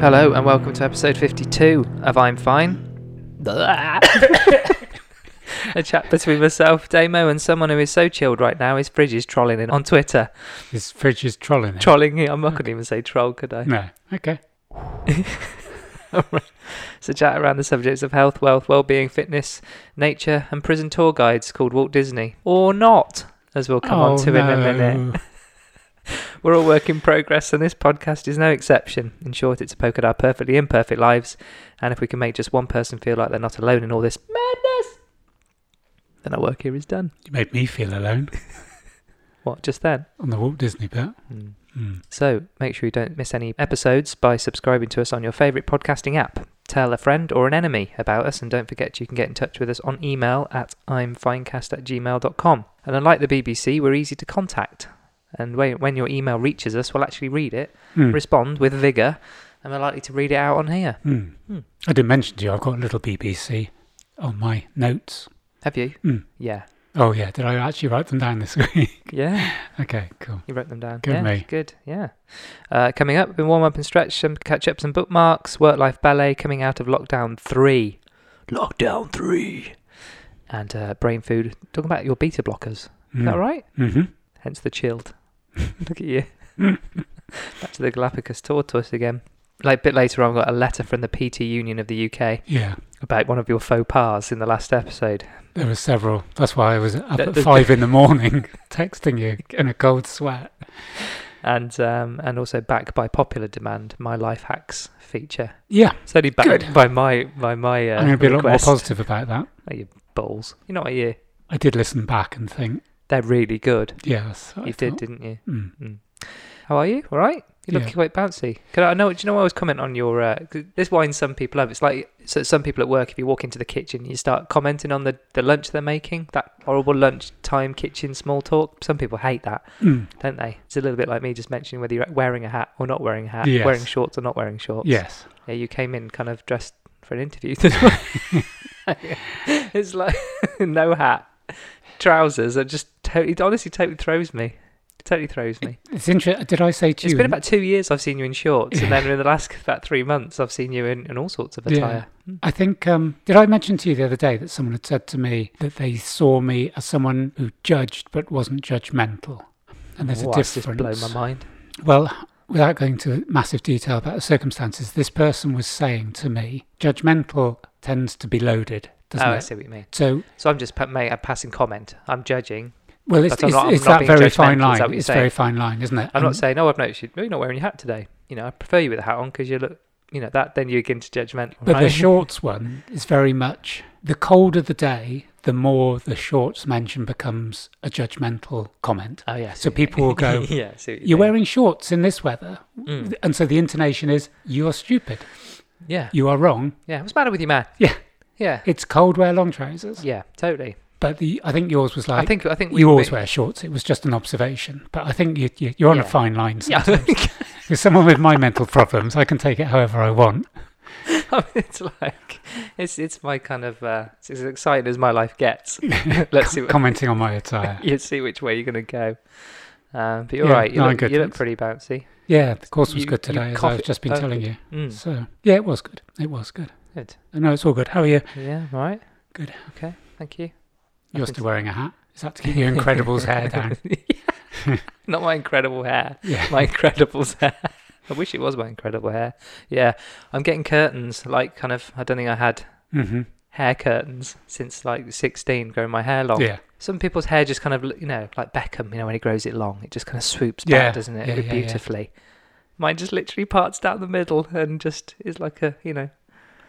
Hello and welcome to episode 52 of I'm Fine. A chat between myself, Damo, and someone who is so chilled right now his fridge is trolling in on Twitter. This fridge is trolling it. Trolling him, I'm not going to even say troll, could I? no. Okay. It's a chat around the subjects of health, wealth, well-being, fitness, nature, and prison tour guides called Walt Disney. Or not, as we'll come Oh, on to in a minute. We're all work in progress, and this podcast is no exception. In short, it's a poke at our perfectly imperfect lives, and if we can make just one person feel like they're not alone in all this madness, then our work here is done. You made me feel alone What, just then? on the Walt Disney bit. Hmm. Hmm. So make sure you don't miss any episodes by subscribing to us on your favourite podcasting app. Tell a friend or an enemy about us, and don't forget you can get in touch with us on email at imfinecast at gmail.com. And unlike the BBC, we're easy to contact. And when when your email reaches us, we'll actually read it Hmm. respond with vigour, and we're likely to read it out on here. Hmm. Hmm. I didn't mention to you, I've got a little BBC on my notes. Have you? Hmm. Yeah. Oh, yeah. Did I actually write them down this week? Yeah. okay, cool. You wrote them down. Good yeah, me. Good. Yeah. Uh, coming up, been warm up and stretch, some catch ups and bookmarks, work life ballet coming out of lockdown three. Lockdown three. And uh, brain food. Talking about your beta blockers. Is that right? Mm-hmm. Hence the chilled. Look at you. Back to the Galapagos tortoise again. Like a bit later on, I got a letter from the PT Union of the UK Yeah. about one of your faux pas in the last episode. There were several. That's why I was up That- at that- five in the morning texting you in a cold sweat. and um, and also back by popular demand, my life hacks feature. Yeah. It's only backed Good. by my by my. Uh, I'm going to be a lot more request. positive about that. Oh, you balls! You know what you? I did listen back and think, They're really good. yeah, that's what I you did, thought. didn't you? Mm. How are you? All right. You look Yeah. quite bouncy. Can I I know? Do you know? I always comment on your. Uh, 'cause this winds some people up. It's like so some people at work. If you walk into the kitchen, you start commenting on the the lunch they're making. That horrible lunchtime kitchen small talk. Some people hate that. Mm. don't they? It's a little bit like me just mentioning whether you're wearing a hat or not wearing a hat, Yes. wearing shorts or not wearing shorts. Yes. Yeah, you came in kind of dressed for an interview. didn't you? it's like no hat, trousers. It just totally, it honestly, totally throws me. Totally throws me. It's interesting. Did I say to It's you? been about two years I've seen you in shorts, and then in the last about three months I've seen you in, in all sorts of Yeah. attire. I think, um, did I mention to you the other day that someone had said to me that they saw me as someone who judged but wasn't judgmental? And there's Wow, a it's difference. Hmm. just blown my mind. Well, without going to massive detail about the circumstances, this person was saying to me, judgmental tends to be loaded, doesn't oh, I it? see what you mean. So, So I'm just pa- mate, I'm passing comment. I'm judging. well, it's, But I'm it's, not- I'm it's not that being very fine judgmental, is line. that what you're it's saying? very fine line, isn't it? I'm And- not saying, oh, I've noticed you- you're not wearing your hat today. You know, I prefer you with a hat on because you look, you know, that then you get into judgmental. But the right? shorts one is very much the colder the day, the more the shorts mention becomes a judgmental comment. Oh yeah. I So see what you people will mean. go, yeah. I see what you You're mean. wearing shorts in this weather. Mm. And so the intonation is, You're stupid. Yeah. You are wrong. Yeah. What's the matter with you, man? Yeah. Yeah. It's cold, wear long trousers. Yeah. Totally. But the, I think yours was like, I think. I think we You always we- wear shorts. It was just an observation. But I think you, you, you're on Yeah. a fine line. Yeah. I think- Because someone with my mental problems, I can take it however I want. I mean, it's like it's it's my kind of uh, it's as exciting as my life gets. Let's see. What, Commenting on my attire. you see which way you're gonna go. Um, but you're Yeah, right. You, no, I'm look, good, you look thanks. pretty bouncy. Yeah, the course was You- good you today, as cough I've it- just been oh, telling good. you. Mm, So yeah, it was good. It was good. good. No, it's all good. How are you? Yeah. All right. Good. Okay. Thank you. You're Nothing's- still wearing a hat. Is that to keep your Incredibles hair down? Not my incredible hair. Yeah. My Incredibles hair. I wish it was my incredible hair. Yeah. I'm getting curtains, like kind of I don't think I had Mm-hmm. hair curtains since like 16 growing my hair long. Yeah. Some people's hair just kind of you know, like Beckham, you know, when he grows it long, it just kind of swoops Yeah, back, doesn't it? yeah, yeah, yeah. Beautifully. Mine just literally parts down the middle and just is like a, you know,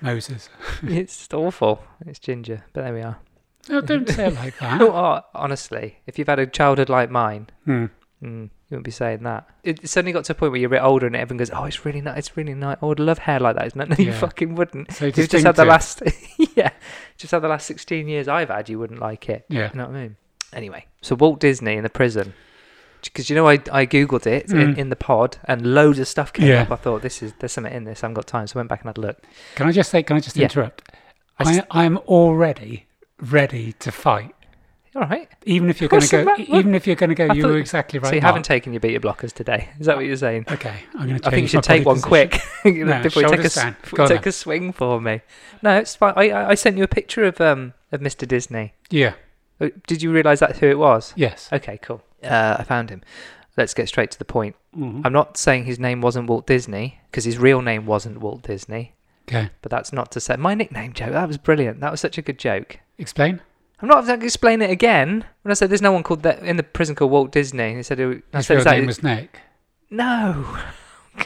Moses. it's just awful. It's ginger, but there we are. No, don't say it like that. Oh, honestly, if you've had a childhood like mine, Hmm. Mm, you wouldn't be saying that. It it suddenly got to a point where you're a bit older and everyone goes, "Oh, it's really nice. It's really nice. I would love hair like that." It's not, no, you Yeah. fucking wouldn't. So If you just had the distinctive. last, yeah, just had the last 16 years I've had, you wouldn't like it. Yeah. You know what I mean? Anyway, so Walt Disney in the prison. Because you know, I, I googled it in, Mm. in the pod, and loads of stuff came Yeah. up. I thought this is there's something in this. I haven't got time, so I went back and had a look. Can I just say? Can I just Yeah. interrupt? I I, I'm already ready to fight All right. Even if you're going What's to go, the ma- even if you're going to go, I you thought- were exactly right. so you Mark. haven't taken your beta blockers today. Is that what you're saying? Okay, I'm going to. I think you should take one quick No, before you take, a, shoulders s- down. before Go you on take a swing for me. No, it's fine. I, I I sent you a picture of um of Mr. Disney. Yeah. Uh, Did you realise that's who it was? Yes. Okay, cool. Uh, I found him. Let's get straight to the point. Mhm. I'm not saying his name wasn't Walt Disney because his real name wasn't Walt Disney, Okay. but that's not to say my nickname joke. That was brilliant. That was such a good joke. Explain. I'm not going to explain it again. When I said there's no one called that in the prison called Walt Disney, and he said, it- I His said real is that- name was Nick. no.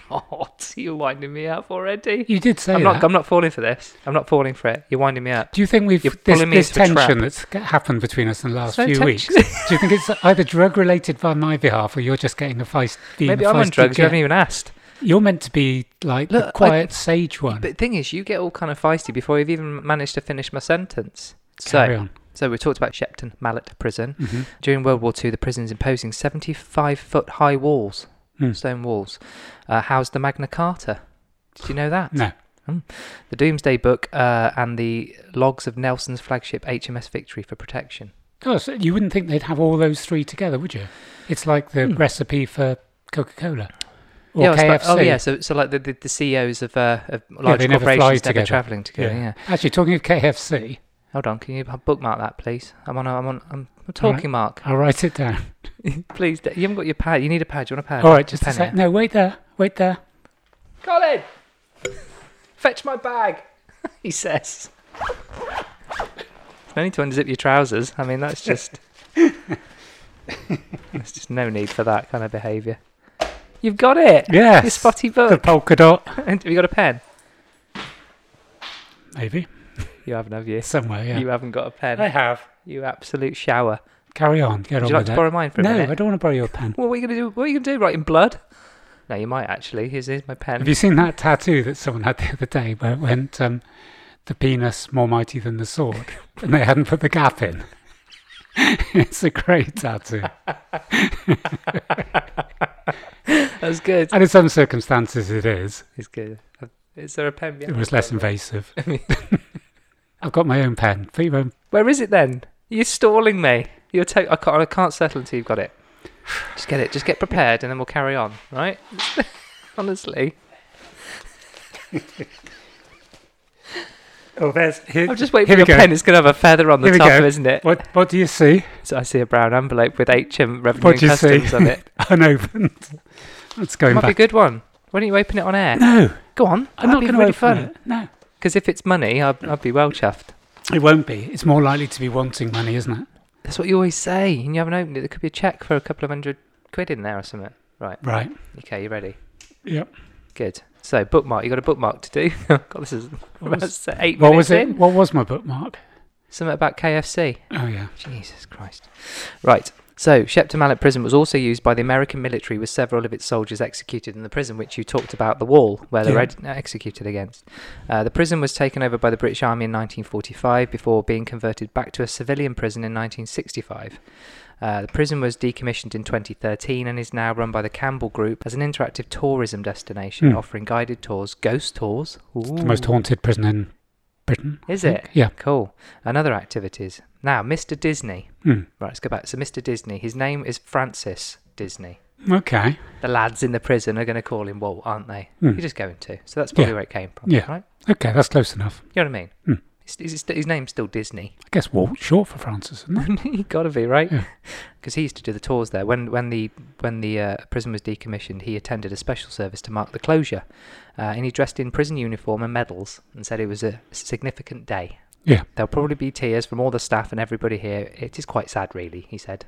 God, you're winding me up already. You did say I'm that. not. I'm not falling for this. I'm not falling for it. You're winding me up. do you think we've You're this, pulling me this into a tension trap. that's g- happened between us in the last There's no few weeks? tension. do you think it's either drug related on my behalf, or you're just getting a feist? being Maybe a I'm on feisty drugs. You gent? haven't even asked. You're meant to be like Look, the I- quiet sage one. But the thing is, you get all kind of feisty before you've even managed to finish my sentence. Carry So, on. so we talked about Shepton Mallet Prison. Mhm. During World War II, the prison's imposing 75 foot high walls, Hmm. stone walls, uh, housed the Magna Carta. Did you know that? No. The Doomsday Book uh, and the logs of Nelson's flagship HMS Victory for protection. Gosh, you wouldn't think they'd have all those three together, would you? It's like the Hmm. recipe for Coca Cola or yeah, I KFC. suppose- oh, yeah. So, so like the, the, the CEOs of, uh, of large they never fly corporations, they're together. traveling together. Yeah. yeah. Actually, talking of KFC, Hold on, can you bookmark that, please? I'm on. A, I'm on. I'm a All right. talking mark. I'll write it down. please, d- you haven't got your pad. You need a pad. Do you want a pad? All right, just a pen sec. No, wait there. Wait there. here. Colin, fetch my bag. he says. No need to unzip your trousers. I mean, that's just. There's just no need for that kind of behaviour. You've got it. Yes. Your spotty The book. polka dot. Have you got a pen? Maybe. You haven't, have you? Somewhere, yeah. You haven't got a pen. have. You absolute shower. Carry on. Get Would on you like with to it. borrow mine for a no, minute? I don't want to borrow your pen. Well, what are you gonna do? What are you gonna do? Write in blood? No, you might actually. Here's, here's my pen. Have you seen that tattoo that someone had the other day where it went, um, the penis more mighty than the sword? And they hadn't put the gap in. it's a great tattoo. That's good. And in some circumstances, it is. It's good. Is there a pen? It behind was you? less invasive. I've got my own pen. Put your own. Where is it then? You're stalling me. You're to- I can't. I can't settle until you've got it. Just get it. Just get prepared, and then we'll carry on. Right? Honestly, Oh, there's. Here, I'm just waiting Here for we your go. pen. It's gonna have a feather on the Here we top, go. isn't it? What, what do you see? So I see a brown envelope with HM Revenue What do and you see? Customs on it. Unopened. Let's go Might be a back. good one. Why don't you open it on air? No, Go on. That'd I'm not be going to really open fun. it. No, Because if it's money, I'd, I'd be well chuffed. it won't be. It's more likely to be wanting money, isn't it? That's what you always say, and you haven't opened it. There could be a cheque for a couple of hundred quid in there or something. Right. Right. Okay, you ready? Yep. Good. So bookmark. You got a bookmark to do. God, this is What about was, eight what minutes was it? in. What was my bookmark? Something about KFC. Oh yeah. Jesus Christ. Right. So Shepton Mallet Prison was also used by the American military, with several of its soldiers executed in the prison, which you talked about the wall where they were Yeah. ed- executed against. Uh, the prison was taken over by the British Army in 1945 before being converted back to a civilian prison in 1965. Uh, the prison was decommissioned in 2013 and is now run by the Campbell Group as an interactive tourism destination, Hmm. offering guided tours, ghost tours. It's the most Ooh. haunted prison in Britain. I Is think. it? Yeah. Cool. And other activities. Now, Mr. Disney. Hmm. Right, let's go back. So, Mr. Disney, his name is Francis Disney. Okay. The lads in the prison are going to call him Walt, aren't they? Hmm. You're just going to. So that's probably Yeah. where it came from. Yeah. Right? Okay, that's close enough. You know what I mean? Hmm. It's- it's- it's- his name's still Disney. I guess Walt short for Francis, isn't it? you got to be right, Yeah. because he used to do the tours there. When when the when the uh, prison was decommissioned, he attended a special service to mark the closure, uh, and he dressed in prison uniform and medals and said it was a significant day. Yeah. There'll probably be tears from all the staff and everybody here. It is quite sad, really, he said.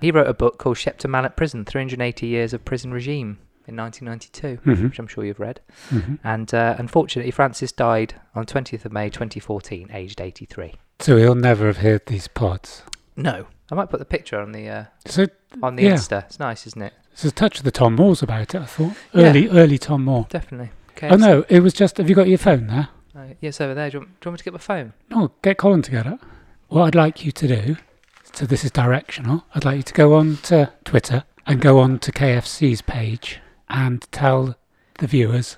He wrote a book called Shepton Mallet Prison 380 Years of Prison Regime in 1992, hmm which I'm sure you've read. hmm And uh, unfortunately, Francis died on 20th of May 2014, aged 83. So he'll never have heard these pods. No. I might put the picture on the uh, So on the Yeah. Insta. It's nice, isn't it? there's a touch of the Tom Moores about it. I thought Yeah. early, early Tom Moore. Definitely. Okay. Oh no, it was just. Have you got your phone there? Uh, yes, over there. Do you, want, do you want me to get my phone? No, get Colin to get it. What I'd like you to do, so this is directional, I'd like you to go on to Twitter and go on to KFC's page and tell the viewers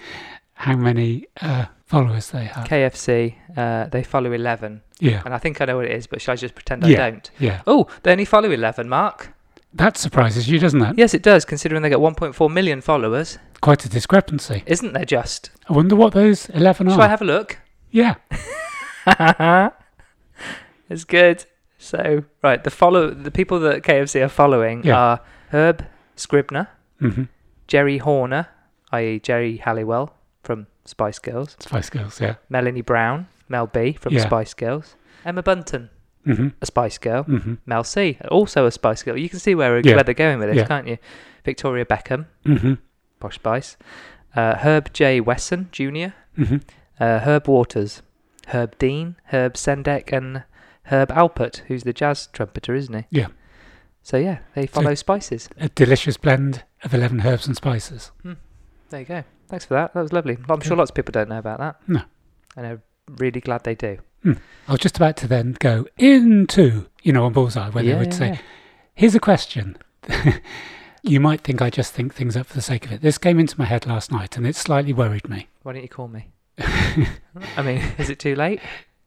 how many uh, followers they have. KFC, uh, they follow 11. Yeah. And I think I know what it is, but shall I just pretend I Yeah. don't? Yeah. Oh, they only follow 11, Mark. That surprises you, doesn't it? Yes, it does, considering they got 1.4 million followers. Quite a discrepancy. Isn't there just? I wonder what those 11 Shall are. I have a look? yeah. it's good. So right, the follow the people that KFC are following Yeah. are Herb Scribner, Mm-hmm. Jerry Horner, i.e. Jerry Halliwell from Spice Girls, Spice Girls, yeah. Melanie Brown, Mel B from Yeah. Spice Girls, Emma Bunton, Mm-hmm. a Spice Girl, Mm-hmm. Mel C, also a Spice Girl. You can see where, Yeah. where they're going with this, Yeah. can't you? Victoria Beckham, Mm-hmm. Posh Spice, uh, Herb J Wesson Jr., Mm-hmm. uh, Herb Waters, Herb Dean, Herb Sendek, and Herb Alpert, who's the jazz trumpeter, isn't he? Yeah. So yeah, they follow spices. A delicious blend of 11 herbs and spices. There you go. Thanks for that. That was lovely. I'm sure Yeah. lots of people don't know about that. No. And I'm really glad they do. I was just about to then go into, you know, on Bullseye, where yeah, they would yeah, say, yeah. Here's a question. you might think I just think things up for the sake of it. This came into my head last night and it slightly worried me. "Why don't you call me?" I mean, is it too late?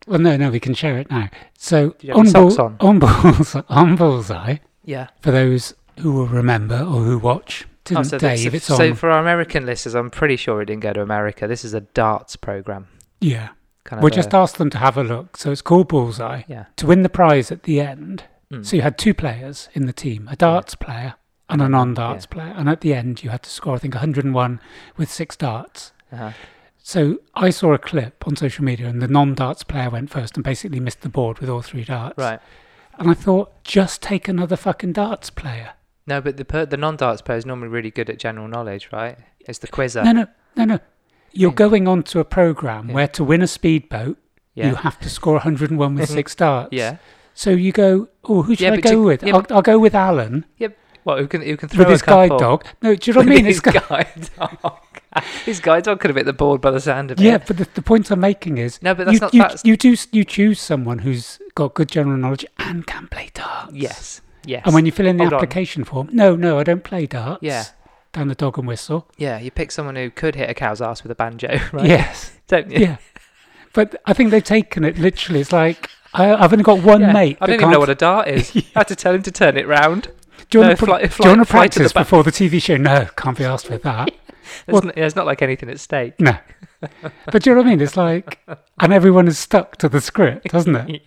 Well, no, no, we can share it now. So, you have your Bull- socks on? on, Bullseye, on Bullseye, Yeah. Oh, for those who will remember or who watch, didn't so, Dave? that's- it's so on. for our American listeners, I'm pretty sure it didn't go to America. This is a darts program. yeah. Kind We'll a- just ask them to have a look. So it's called Bullseye. yeah. To win the prize at the end, Mm. so you had two players in the team, a darts player and a non-darts player, and at the end you had to score, I think, 101 with six darts. uh-huh. So I saw a clip on social media, and the non-darts player went first and basically missed the board with all three darts. Right. And I thought, just take another fucking darts player. No, but the per- the non-darts player is normally really good at general knowledge, right? It's the quizzer. No, no, no, no. You're Yeah. going on to a program Yeah. where to win a speedboat, yeah. you have to score 101 with six darts. yeah. So you go, oh, who should Yeah, I but go you- with? yeah, I'll, I'll go with Alan Well, who can who can throw with his a couple. guide dog. No, do you know what I mean? His It's got- guide dog. his guide dog could have hit the board by the sound of it. yeah, but the, the point I'm making is No, but that's you, not you, that's you do s- you choose someone who's got good general knowledge and can play darts. yes. Yes. And when you fill in the Hold on. application form, no, no, I don't play darts. Yeah. Down the dog and whistle. yeah, you pick someone who could hit a cow's ass with a banjo, right? Yes. Don't you? Yeah. But I think they've taken it literally. It's like I, I've only got one Yeah. mate. I that don't even know can't- what a dart is. I had to tell him to turn it round. Do you want no, to, fly- do fly- you want to fly to the practice back. before the TV show? No, can't be asked with that. There's, Well- n- there's not like anything at stake. No. But do you know what I mean? It's like, and everyone is stuck to the script, doesn't it?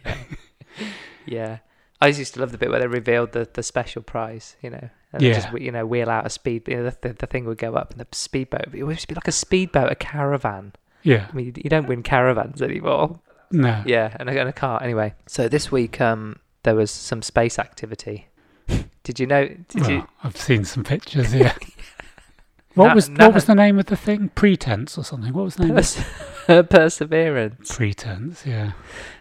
Yeah. I used to love the bit where they revealed the, the special prize, you know. And they Yeah. just, you know, wheel out a speed, you know, the, the, the thing would go up and the speedboat, it would just be like a speedboat, a caravan. Yeah. I mean, you don't win caravans anymore. No. Yeah, and I got in a car anyway. So this week, um, there was some space activity. Did you know? Did well, you? I've seen some pictures. Yeah. what Now- was now- what was the name of the thing? Pretense or something? What was the name? of Pers- perseverance. it? Pretense. Yeah.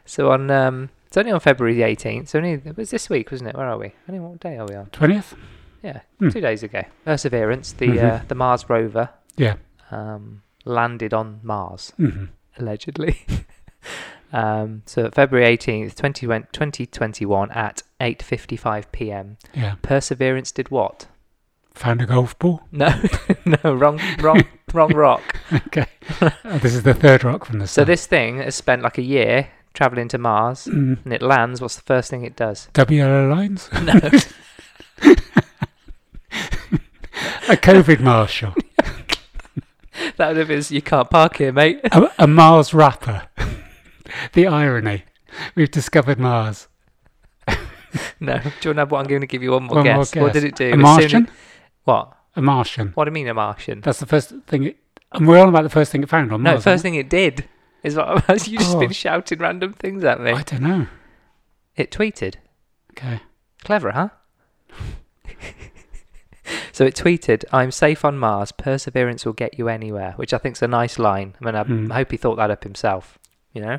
So on, um, it's only on February the eighteenth. So only it was this week, wasn't it? Where are we? Only what day are we on? Twentieth. Yeah, Hmm. two days ago. Perseverance, the Mhm. uh, the Mars rover, Yeah. um, landed on Mars hmm allegedly. um, so February eighteenth, twenty twenty twenty one at eight fifty five p.m. Yeah. Perseverance did what? Found a golf ball. No, no, wrong, wrong, wrong rock. Okay. Oh, this is the third rock from the So sun. this thing has spent like a year traveling to Mars, Mm. and it lands. What's the first thing it does? WLO lines? No. a COVID marshal. That would have been you can't park here, mate. A, a Mars rapper. the irony. We've discovered Mars. No, do you want to have what I'm going to give you one more, One more guess. What guess. did it do? A As soon as- Martian? what? A Martian. What do you mean a Martian? That's the first thing. It, and we're on about the first thing it found on no, Mars. first thing it did is what you just been Oh. shouting random things at me. I don't know. It tweeted. Okay. Clever, huh? so it tweeted, "I'm safe on Mars. Perseverance will get you anywhere," which I think's a nice line. I mean, I, Hmm. I hope he thought that up himself. You know.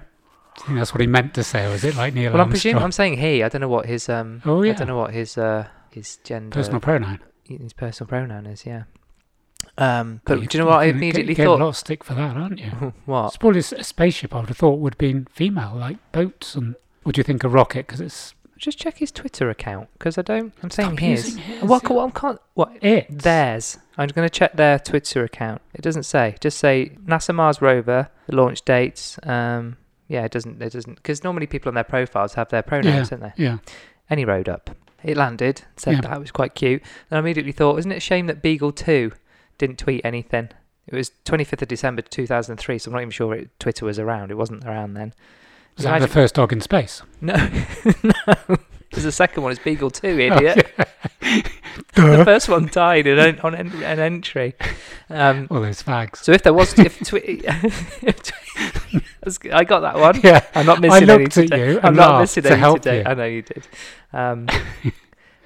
Do you think that's what he meant to say, or is it like Neil Well, I'm Armstrong? presuming I'm saying he. I don't know what his um. Oh, I yeah. don't know what his uh his gender Personal pronoun. his personal pronoun is. Yeah. Um. But You- do you know what I you're gonna immediately get, Get a lot thought? of stick for that, aren't you? what? It's probably a spaceship. I would have thought would have been female, like boats, and would you think a rocket? Because it's Just check his Twitter account because I don't. I'm saying Stop his. using his, What? yeah. What? I can't. What? it Theirs. I'm going to check their Twitter account. It doesn't say. Just say NASA Mars rover, the launch dates, um, Yeah, it doesn't. It doesn't because normally people on their profiles have their pronouns, don't they? Yeah. And he rode up. It landed. Said Yeah. that was quite cute. And I immediately thought, isn't it a shame that Beagle Two didn't tweet anything? It was 25th of December 2003, so I'm not even sure it, Twitter was around. It wasn't around then. Was that Imagine- the first dog in space? No, no. There's a second one. It's Beagle Two, idiot. Duh. The first one died in en- on en- an entry. Um, All those fags. so if there was, if, twi- if twi- That's good. I got that one. Yeah. I'm not I missing any looked at today. you I'm and not laughed missing to any help today. you. I know you did. Um,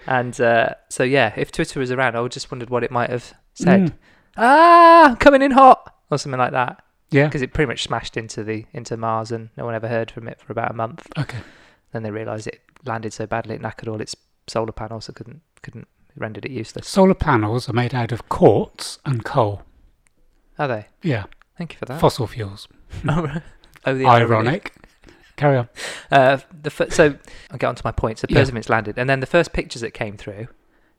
and uh, so yeah, if Twitter was around, I just wondered what it might have said. Mm. Ah, I'm coming in hot or something like that, Yeah. because it pretty much smashed into the into Mars, and no one ever heard from it for about a month. Okay. Then they realised it landed so badly it knackered all its solar panels, so couldn't couldn't it rendered it useless. Solar panels are made out of quartz and coal. Are they? Yeah. Thank you for that. Fossil fuels. oh, the irony. Ironic. Carry on. Uh, the fir- so I'll get on to my points. So Yeah. Perseverance landed, and then the first pictures that came through.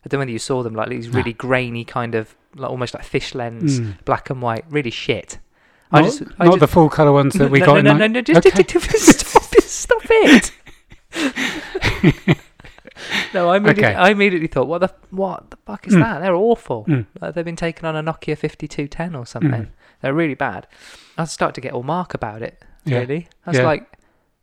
I don't know whether you saw them, like these No. really grainy kind of, like almost like fish lens, Mm. black and white, really shit. not not the full colour ones that we no, got no, in no, like- no, no, just, Okay. just- stop it, stop it. no, I immediately, Okay. I immediately thought, what the what the fuck is Mm. that? They're awful. Mm. Like they've been taken on a Nokia 5210 or something. Mm. They're really bad. I started to get all mark about it. Yeah. Really, I was Yeah. like,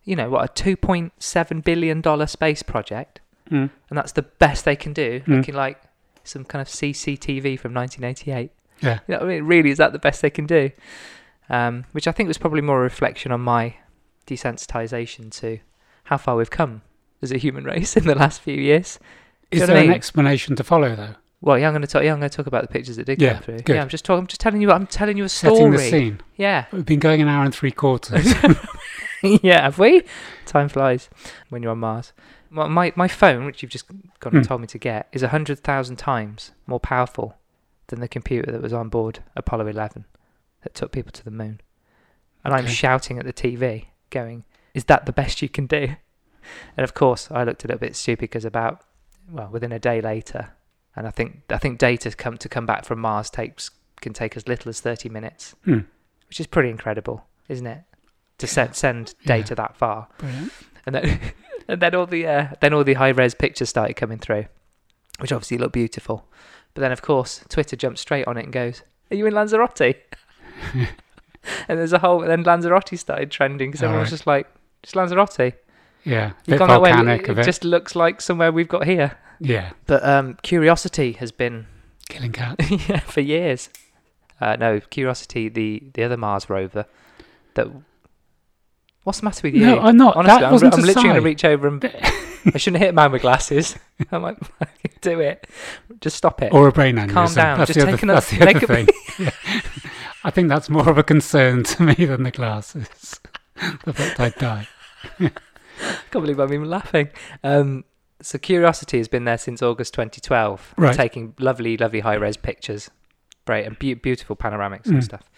you know, what a 2.7 billion dollar space project, Mm. and that's the best they can do, Mm. looking like some kind of CCTV from 1988. Yeah. You know what I mean? Really, is that the best they can do? Um, which I think was probably more a reflection on my desensitization to how far we've come as a human race in the last few years. Is know there what I an mean? explanation to follow though? Well, yeah, I'm going to talk. Yeah, I'm going to talk about the pictures that did Yeah, come through. good. Yeah, I'm just talking. I'm just telling you. I'm telling you a Setting story. the scene. Yeah. We've been going an hour and three quarters. yeah, have we? Time flies when you're on Mars. My my, my phone, which you've just gone and Hmm. told me to get, is hundred thousand times more powerful than the computer that was on board Apollo Eleven that took people to the moon. And I'm Okay. shouting at the TV, going, "Is that the best you can do?" And of course, I looked a little bit stupid because about well, within a day later, and I think I think data come to come back from Mars takes can take as little as thirty minutes, Hmm. which is pretty incredible, isn't it? To send send Yeah. data that far, Brilliant. and then and then all the uh, then all the high res pictures started coming through, which obviously look beautiful. But then of course Twitter jumps straight on it and goes, "Are you in Lanzarote?" and there's a whole then Lanzarote started trending because All everyone was right. just like, "Just Lanzarote." Yeah. You've Bit gone that way. volcanic It, of it it. just looks like somewhere we've got here. Yeah. But um, Curiosity has been Killing cat. yeah, for years. Uh, no, Curiosity, the the other Mars rover. That what's the matter with you? No, I'm not. Honestly, that I'm, wasn't I'm a literally going to sigh. reach over and I shouldn't hit a man with glasses. I might do it. Just stop it. Or a brain aneurysm. down. That's Just the other, take another- that's the take other a- thing. Yeah. I think that's more of a concern to me than the glasses. the fact I'd die. I can't believe I'm even laughing. Um, so Curiosity has been there since August 2012, Right. taking lovely, lovely high res pictures, right, and beau beautiful panoramics and Mm. stuff.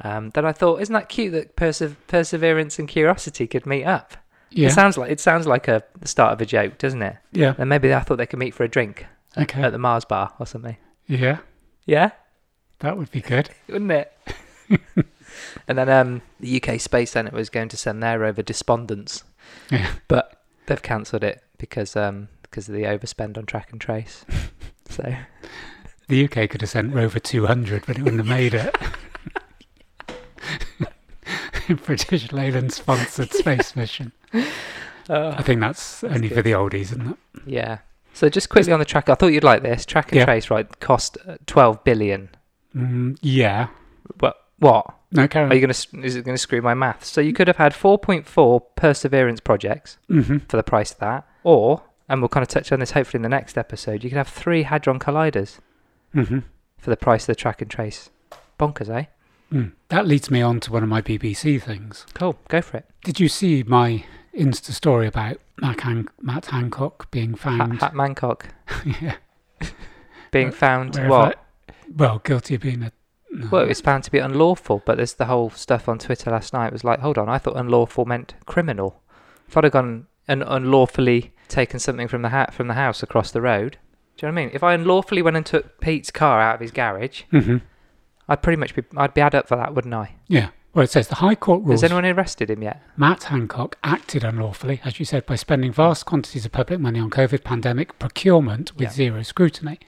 Um, then I thought, isn't that cute that Perse- Perseverance and Curiosity could meet up? Yeah. It sounds like it sounds like a the start of a joke, doesn't it? yeah. And maybe I thought they could meet for a drink at- Okay. at the Mars bar or something. Yeah. Yeah, That would be good. wouldn't it? and then um, the UK Space Centre was going to send their rover Despondence, Yeah. but they've cancelled it because um, because of the overspend on track and trace. so The UK could have sent Rover 200, but it wouldn't have made it. British Leyland sponsored space mission. uh, I think that's, only for good. the oldies, isn't it? yeah. So just quickly on the track, I thought you'd like this track and Yeah. trace. Right, cost uh, twelve billion. Mm, yeah. Well, what? No, Karen. Are you going to? Is it going to screw my math? So you could have had 4.4 perseverance projects hmm for the price of that, or and we'll kind of touch on this hopefully in the next episode. You could have three hadron colliders hmm for the price of the track and trace. Bonkers, eh? Mm. That leads me on to one of my BBC things. Cool. Go for it. Did you see my Insta story about Matt, Han- Matt Hancock being Hat, found? Hat Mancock yeah. being Where- found Uh, where have what? I- well, guilty of being a. no. Well, it was found to be unlawful, but there's the whole stuff on Twitter last night was like, hold on, I thought unlawful meant criminal. If I'd have gone and unlawfully taken something from the hat from the house across the road, do you know what I mean? If I unlawfully went and took Pete's car out of his garage, Mhm. I'd pretty much be I'd be ad up for that, wouldn't I? Yeah. Well, it says the High Court rules Has anyone arrested him yet? Matt Hancock acted unlawfully, as you said, by spending vast quantities of public money on COVID pandemic procurement with Yeah. zero scrutiny.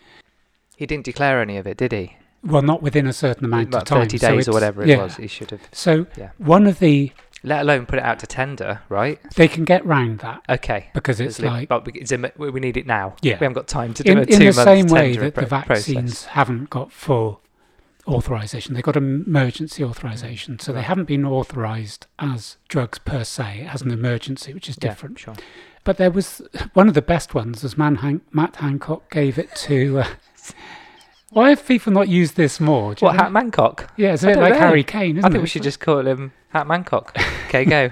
He didn't declare any of it, did he? Well, not within a certain amount About of time. 30 so days or it's- whatever it yeah. was. He should have, So Yeah. one of the let alone put it out to tender, right? they can get round that Okay. because it's It's li- like but we- it's im- we we need it now. Yeah. We haven't got time to do in, a in two the month same way tender that the pro- vaccines process. haven't got full authorization. They've got emergency authorization, so they Right. haven't been authorized as drugs per se. It has an emergency, which is Yeah, different. sure. But there was one of the best ones was Man Han- Matt Hancock gave it to. Uh, why have people not used this more? Do you What, know? Hat Mancock? yeah, it's a I bit don't like know. Harry Kane, isn't I think it? we should just call him Hat Mancock. Okay, go.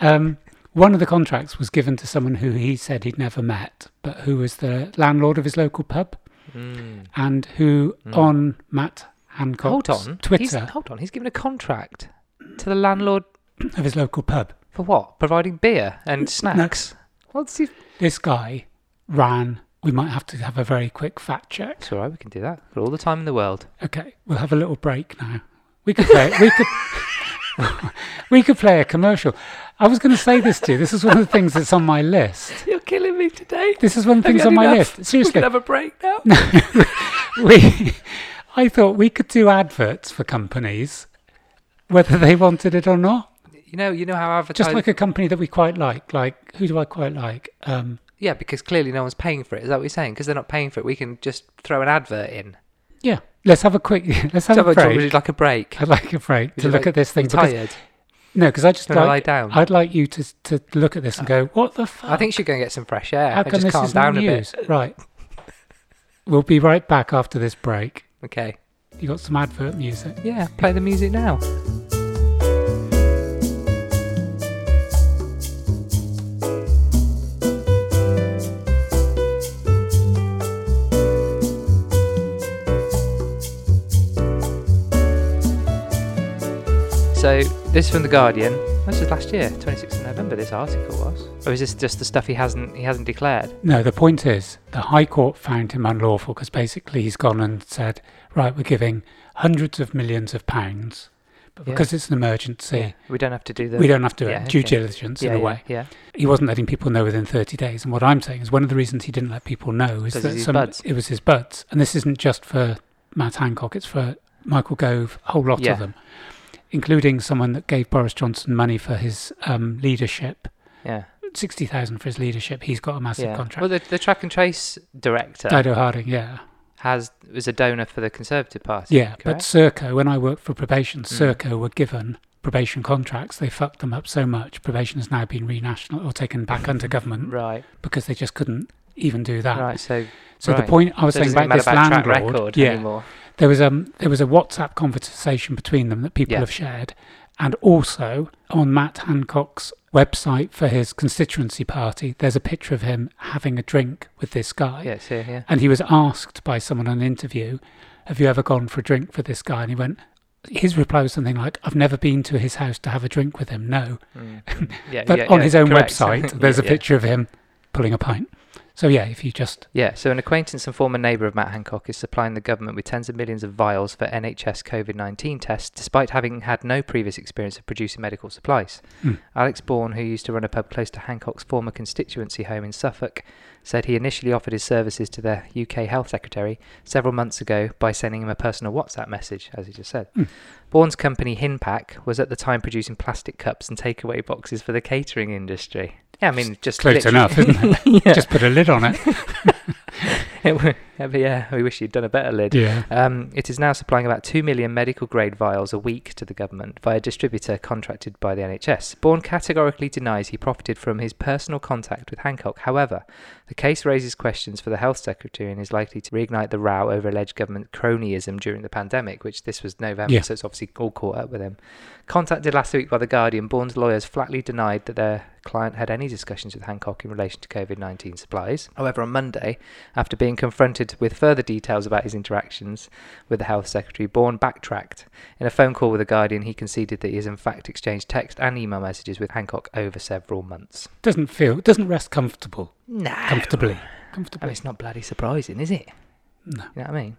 Um, one of the contracts was given to someone who he said he'd never met, but who was the landlord of his local pub, Mm. and who Mm. on Matt Hancock's Hold on. He's, Twitter hold on. He's given a contract to the landlord of his local pub, for what? Providing beer and snacks. What's he? this guy ran. We might have to have a very quick fact check. It's all right. We can do that. Got all the time in the world. Okay, we'll have a little break now. We could play. we could. we could play a commercial. I was going to say this to you. This is one of the things that's on my list. You're killing me today. This is one of the things on my list. Seriously, have a break now. we I thought we could do adverts for companies whether they wanted it or not. You know, you know how Just advertising. like a company that we quite like, like who do I quite like? Um yeah, because clearly no one's paying for it. Is that what you're saying? Because they're not paying for it, we can just throw an advert in. yeah, let's have a quick let's have So a much already break. like a break. I'd like a break Would to you look like- at this thing I'm because, tired. no, because I just Do you wanna like lie down? I'd like you to to look at this and go, what the fuck? I think she's going to get some fresh air. how and come just this calm is down not a news? bit. Right, we'll be right back after this break. Okay. You got some advert music. Yeah, play the music now. So this is from the Guardian. This is last year, 26th of November. This article was. Or is this just the stuff he hasn't he hasn't declared? No, the point is the High Court found him unlawful because basically he's gone and said, right, we're giving hundreds of millions of pounds, but Yeah. because it's an emergency, Yeah, we don't have to do the we don't have to do yeah, it. Due okay. diligence yeah, in a yeah, way. Yeah, He wasn't letting people know within 30 days. And what I'm saying is one of the reasons he didn't let people know is 'Cause that it's his some, buds. it was his buds. And this isn't just for Matt Hancock, it's for Michael Gove, a whole lot Yeah. of them, including someone that gave Boris Johnson money for his um, leadership. yeah. 60,000 for his leadership. He's got a massive yeah. contract. Oh, Well, uh, the, the track and trace director Dido Harding, yeah. has was a donor for the Conservative Party. Yeah, but correct? Serco, when I worked for probation, Mm. Serco were given probation contracts. They fucked them up so much. Probation has now been renational or taken back under government right, because they just couldn't even do that. right. So, So the right. point I Ah. was so it saying doesn't about matter this about track landlord, record yeah, anymore. there was um there was a WhatsApp conversation between them that people Yeah. have shared, and also on Matt Hancock's website for his constituency party, there's a picture of him having a drink with this guy. Yeah, it's here. Oh, Yeah. And he was asked by someone on an interview, Have you ever gone for a drink with this guy? And he went, His reply was something like, I've never been to his house to have a drink with him. No. Mm, mm. yeah But yeah, on yeah, his own correct. website, there's yeah, a picture of him pulling a pint. So, yeah, if you just. Yeah. yeah, so an acquaintance and former neighbour of Matt Hancock is supplying the government with tens of millions of vials for NHS COVID 19 tests, despite having had no previous experience of producing medical supplies. Hmm. Alex Bourne, who used to run a pub close to Hancock's former constituency home in Suffolk, said he initially offered his services to the UK Health Secretary several months ago by sending him a personal WhatsApp message, as he just said. Hmm. Bourne's company Hinpack was at the time producing plastic cups and takeaway boxes for the catering industry. Yeah, I mean, just Close literally- enough, isn't it? Just put a lid on it. It wa- yeah, but yeah, we wish you'd done a better lid. Yeah. Um, it is now supplying about 2 million medical grade vials a week to the government via a distributor contracted by the NHS. Bourne categorically denies he profited from his personal contact with Hancock. However, the case raises questions for the Health Secretary and is likely to reignite the row over alleged government cronyism during the pandemic, which this was November, Yeah. so it's obviously all caught up with him. Contacted last week by The Guardian, Bourne's lawyers flatly denied that their client had any discussions with Hancock in relation to COVID 19 supplies. However, on Monday, after being confronted with further details about his interactions with the Health Secretary, Bourne backtracked. In a phone call with The Guardian, he conceded that he has in fact exchanged text and email messages with Hancock over several months. Doesn't feel, doesn't rest comfortable, Nah. I comfortably. mean, Comfortably. it's not bloody surprising, is it? No. You know what I mean?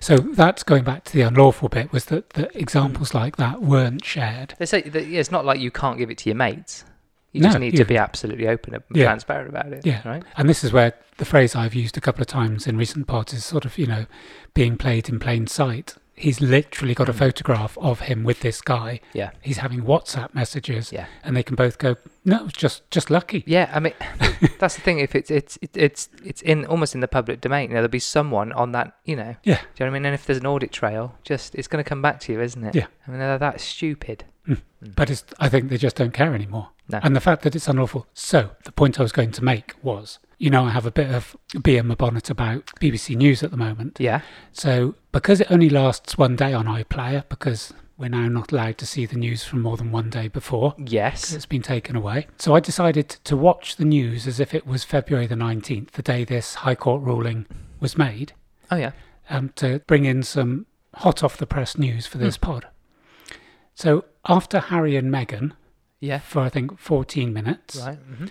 So that's going back to the unlawful bit was that the Mm. examples like that weren't shared. They say that yeah, it's not like you can't give it to your mates. You No, just need yeah. to be absolutely open and Yeah. transparent about it. Yeah. Right? And this is where the phrase I've used a couple of times in recent parts is sort of, you know, being played in plain sight. He's literally got a Mm. photograph of him with this guy. Yeah. He's having WhatsApp messages. Yeah. And they can both go, no, it's just just lucky. Yeah, I mean, that's the thing. If it's it's it, it's it's in almost in the public domain, you know, there'll be someone on that, you know. Yeah. Do you know what I mean? And if there's an audit trail, just it's going to come back to you, isn't it? Yeah. I mean, they're that stupid. But it's, I think they just don't care anymore. No. And the fact that it's unlawful. So the point I was going to make was, you know, I have a bit of beer my bonnet about BBC News at the moment. Yeah. So because it only lasts one day on iPlayer, because we're now not allowed to see the news from more than one day before, Yes. it's been taken away. So I decided to watch the news as if it was February the 19th, the day this High Court ruling was made, Oh yeah. um, to bring in some hot off the press news for this pod. So after Harry and Meghan, Yeah. for I think 14 minutes, Right. hmm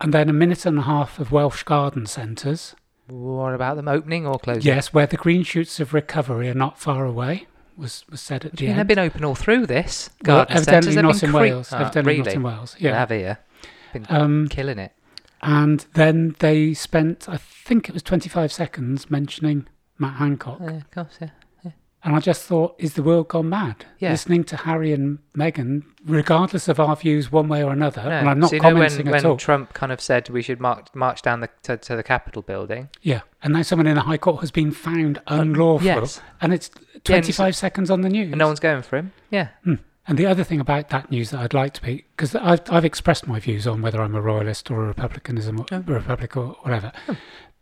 and then a minute and a half of Welsh garden centres. What about them opening or closing? Yes, where the green shoots of recovery are not far away, was, was said at What do the you mean end. they've been open all through this. Well, Garden centres, evidently they've not been in cre- Wales. Ah, evidently really? not in Wales. They Yeah. have here. Been Um, killing it. and then they spent, I think it was 25 seconds mentioning Matt Hancock. Yeah, of course. Yeah. And I just thought, is the world gone mad? Yeah. Listening to Harry and Meghan, regardless of our views one way or another, No. and I'm not so you know when, commenting when at all. Trump kind of said we should march march down the, to, to the Capitol building. yeah. And now someone in the High Court has been found unlawful. Uh, yes. And it's 25 seconds on the news. And no one's going for him. Yeah. Hmm. And the other thing about that news that I'd like to be, because I've, I've expressed my views on whether I'm a royalist or a republicanism or Oh. republic or whatever,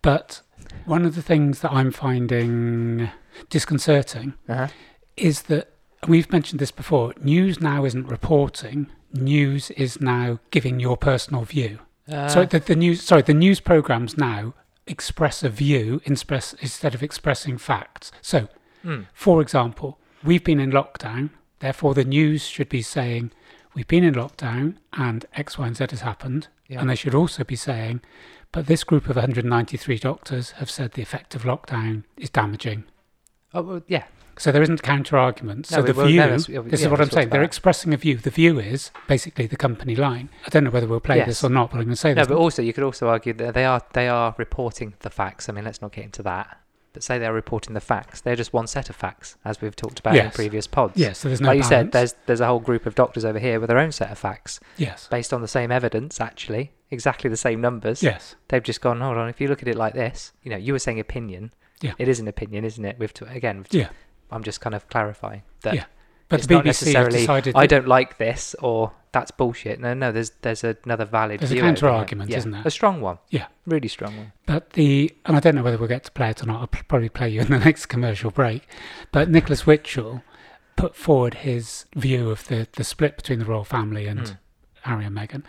but one of the things that I'm finding disconcerting Uh-huh. is that and we've mentioned this before. News now isn't reporting. News is now giving your personal view. Uh, so the, the news, sorry, the news programs now express a view express, instead of expressing facts. So mm. for example, we've been in lockdown, therefore the news should be saying, We've been in lockdown and X, Y, and Z has happened. Yeah. And they should also be saying, But this group of 193 doctors have said the effect of lockdown is damaging. Oh, well, yeah. So there isn't counter argument. No, So we- the well, no, view, that's- this yeah, we- is yeah, what we I'm talked saying. They're about that. expressing a view. The view is basically the company line. I don't know whether we'll play Yes. this or not, but I'm going to say No, this. but also you could also argue that they are they are reporting the facts. I mean, let's not get into that. But say they are reporting the facts. They're just one set of facts, as we've talked about in Yes. previous pods. yeah, so there's no like you balance. said, there's there's a whole group of doctors over here with their own set of facts yes. based on the same evidence, actually, exactly the same numbers. Yes. They've just gone. Hold on, if you look at it like this, you know, you were saying opinion. Yeah. It is an opinion, isn't it? We've t- again. We've Yeah. I'm just kind of clarifying that. Yeah. But it's the not BBC have necessarily. decided I that- don't like this, or that's bullshit. No, no. There's there's another valid. There's a view over here. counter-argument, Yeah. isn't there? A strong one. Yeah. Really strong one. But the and I don't know whether we'll get to play it or not. I'll p- probably play you in the next commercial break. But Nicholas Witchell put forward his view of the the split between the royal family and Mm. Harry and Meghan,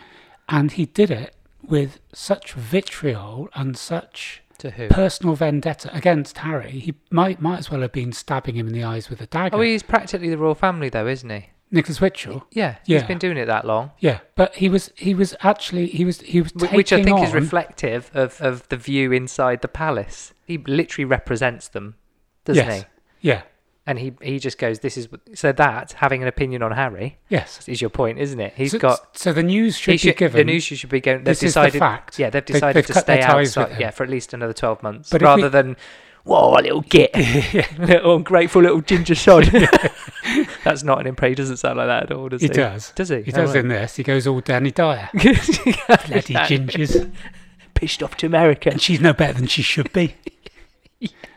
and he did it with such vitriol and such To who? personal vendetta against Harry. He might might as well have been stabbing him in the eyes with a dagger. Oh, he's practically the royal family, though, isn't he? Nicholas Witchell. Yeah. He's Yeah. been doing it that long, Yeah, but he was he was actually he was he was wh- taking which I think on, is reflective of, of the view inside the palace. He literally represents them, doesn't yes, he? yeah, And he he just goes, "This is what-" so that having an opinion on Harry yes. is your point, isn't it? He's so, got so the news should he be given the news should be going. They've this is the decided, fact. Yeah, they've They- decided they've to cut their stay ties with outside. him. Yeah, for at least another twelve months, But if rather we- than whoa, a little git, little ungrateful little ginger sod. That's not an impression. Doesn't sound like that at all, does He it? does. Does he? Oh, He does in this. He goes all Danny Dyer. Bloody gingers. Pissed off to America. And she's no better than she should be.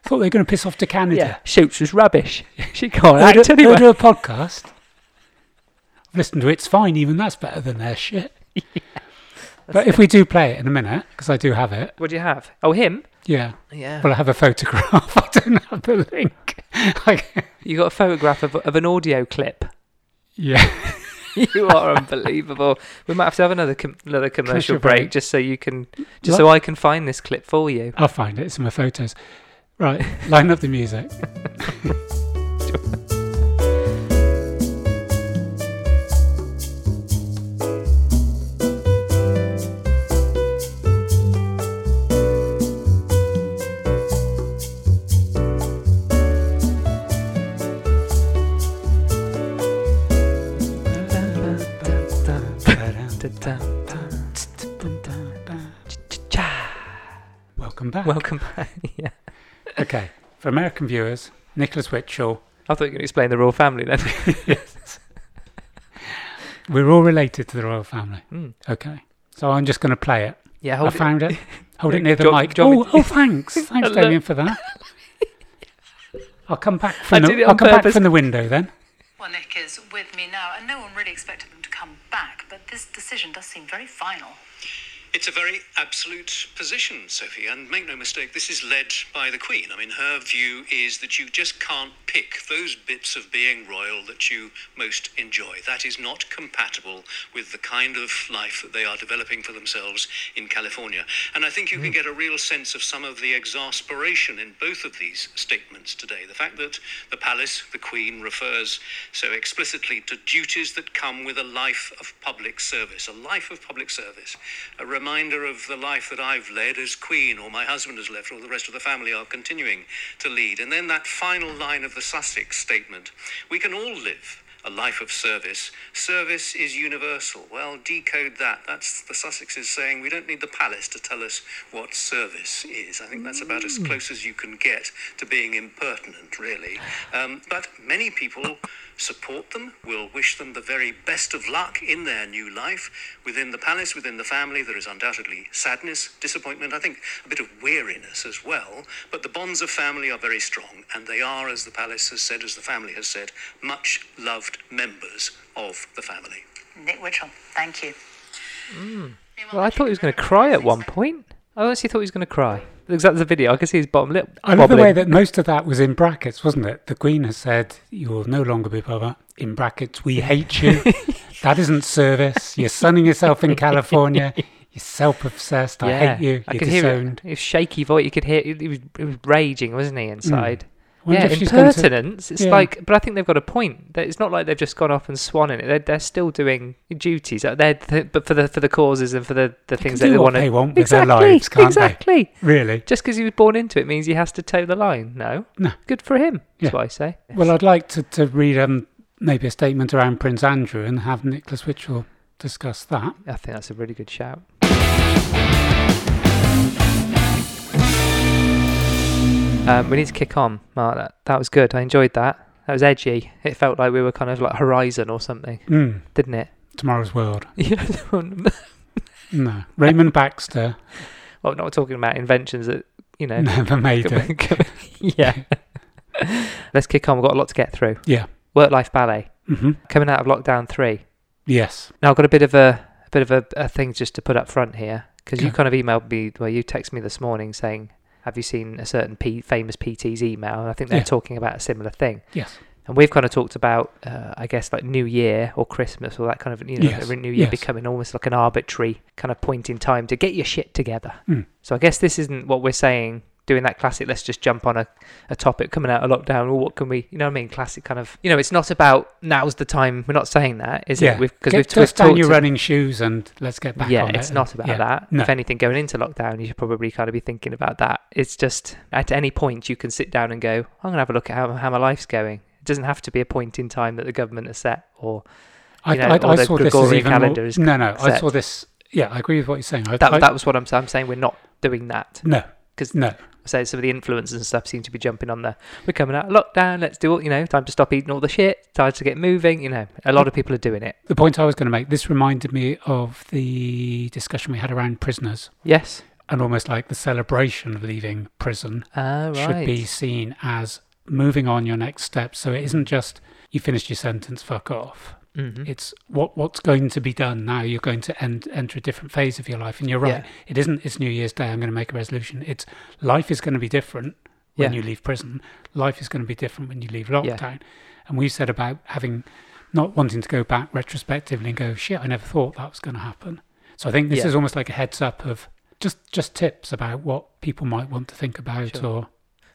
Thought they were going to piss off to Yeah, Canada. shoots was rubbish. She can't Order, act anyway. order a podcast. I've listened to it. It's fine. Even that's better than their shit. but if we do play it in a minute, because I do have it. What do you have? Oh, him. Yeah. Yeah. Well, I have a photograph. I don't have the link. I, You got a photograph of, of an audio clip. yeah. You are unbelievable. We might have to have another com- another commercial Commercial break, break. just so you can, just so I can find this clip for you. I'll find it. It's in my photos. Right. Line up the music. Welcome back. Welcome back. yeah. okay, for American viewers, Nicholas Witchell. I thought you were going to explain the royal family then. yes. We're all related to the royal family. Mm. Okay, so I'm just going to play it. Yeah, hold I found it. Hold it near the Do you want- mic. do you want Oh, me oh, thanks, thanks, Hello. Damien, for that. I'll come back I from did the, it I'll on come back purpose. from the window then. Well, Nick is with me now, and no one really expected them to come back, but this decision does seem very final. It's a very absolute position, Sophie, and make no mistake, this is led by the Queen. I mean, her view is that you just can't pick those bits of being royal that you most enjoy. That is not compatible with the kind of life that they are developing for themselves in California. And I think you can get a real sense of some of the exasperation in both of these statements today. The fact that the palace, the Queen, refers so explicitly to duties that come with a life of public service, a life of public service, a reminder of the life that I've led as Queen, or my husband has left, or the rest of the family are continuing to lead. And then that final line of the Sussex statement we can all live. A life of service. Service is universal. Well, decode that. That's the Sussexes saying we don't need the palace to tell us what service is. I think that's about as close as you can get to being impertinent, really. Um, but many people support them, will wish them the very best of luck in their new life. Within the palace, within the family, there is undoubtedly sadness, disappointment, I think a bit of weariness as well. But the bonds of family are very strong, and they are, as the palace has said, as the family has said, much loved members of the family. Nick Witchell, thank you. Mm. Well, I thought he was going to cry at one point. I honestly thought he was going to cry. Looks like there's a video. I can see his bottom lip. I love the wobbling. way that most of that was in brackets, wasn't it? The Queen has said, "You will no longer be brother." In brackets, we hate you. that isn't service. You're sunning yourself in California. You're self-obsessed. I hate you. You're I could hear disowned. Hmm. it. His shaky voice. You could hear it. He was, it was raging, wasn't he, inside? Wonder Yeah, if she's going to- impertinence. It's Yeah. like, but I think they've got a point. That It's not like they've just gone off and swan in it. They're, they're still doing duties. uh, They're th- but for the for the causes and for the, the things do that they what want. they want with their exactly, lives, can't they? exactly. Really? Just because he was born into it means he has to toe the line. No, No. Good for him. Yeah. That's what I say. Well, I'd like to, to read um, maybe a statement around Prince Andrew and have Nicholas Witchell discuss that. I think that's a really good shout. Um, we need to kick on, Mark. That, that was good. I enjoyed that. That was edgy. It felt like we were kind of like Horizon or something, Mm, didn't it? tomorrow's World. Yeah. No. Raymond Baxter well, not talking about inventions that you know. never made it. yeah. Let's kick on. We've got a lot to get through. Yeah. Work-life ballet hmm coming out of lockdown three. Yes. Now I've got a bit of a, a bit of a, a thing just to put up front here because you Okay. kind of emailed me, well, you texted me this morning saying, "Have you seen a certain P- famous PT's email?" And I think they're Yeah. talking about a similar thing. Yes. And we've kind of talked about, uh, I guess, like New Year or Christmas or that kind of, you know, Yes, New Year yes. becoming almost like an arbitrary kind of point in time to get your shit together. Mm. So I guess this isn't what we're saying. Doing that classic, let's just jump on a, a topic coming out of lockdown, or what can we, you know what I mean? Classic kind of, you know, it's not about now's the time. We're not saying that, is yeah. it? We've- Get- we've, dust down talked your to- running shoes and let's get back yeah, on it. it's not about Yeah. that. No. If anything, going into lockdown, you should probably kind of be thinking about that. It's just at any point you can sit down and go, I'm going to have a look at how, how my life's going. It doesn't have to be a point in time that the government has set or I, you know, I, or I the saw this as Gregorian even calendar more, is No, no. I set. saw this. Yeah, I agree with what you're saying. I, that. I, that was what I'm, I'm saying. We're not doing that no, because no. say some of the influencers and stuff seem to be jumping on the we're coming out of lockdown. Let's do all you know. Time to stop eating all the shit. Time to get moving. You know, a lot of people are doing it. The point I was going to make. This reminded me of the discussion we had around prisoners Yes. and almost like the celebration of leaving prison Ah, right. should be seen as moving on your next step. So it isn't just you finished your sentence, fuck off. Mhm. It's what what's going to be done now. You're going to end, enter a different phase of your life, and you're right. Yeah. It isn't. It's New Year's Day. I'm going to make a resolution. It's life is going to be different when Yeah. you leave prison. Life is going to be different when you leave lockdown. And we said about having not wanting to go back retrospectively and go, shit, I never thought that was going to happen. So I think this Yeah. is almost like a heads up of just just tips about what people might want to think about Sure. or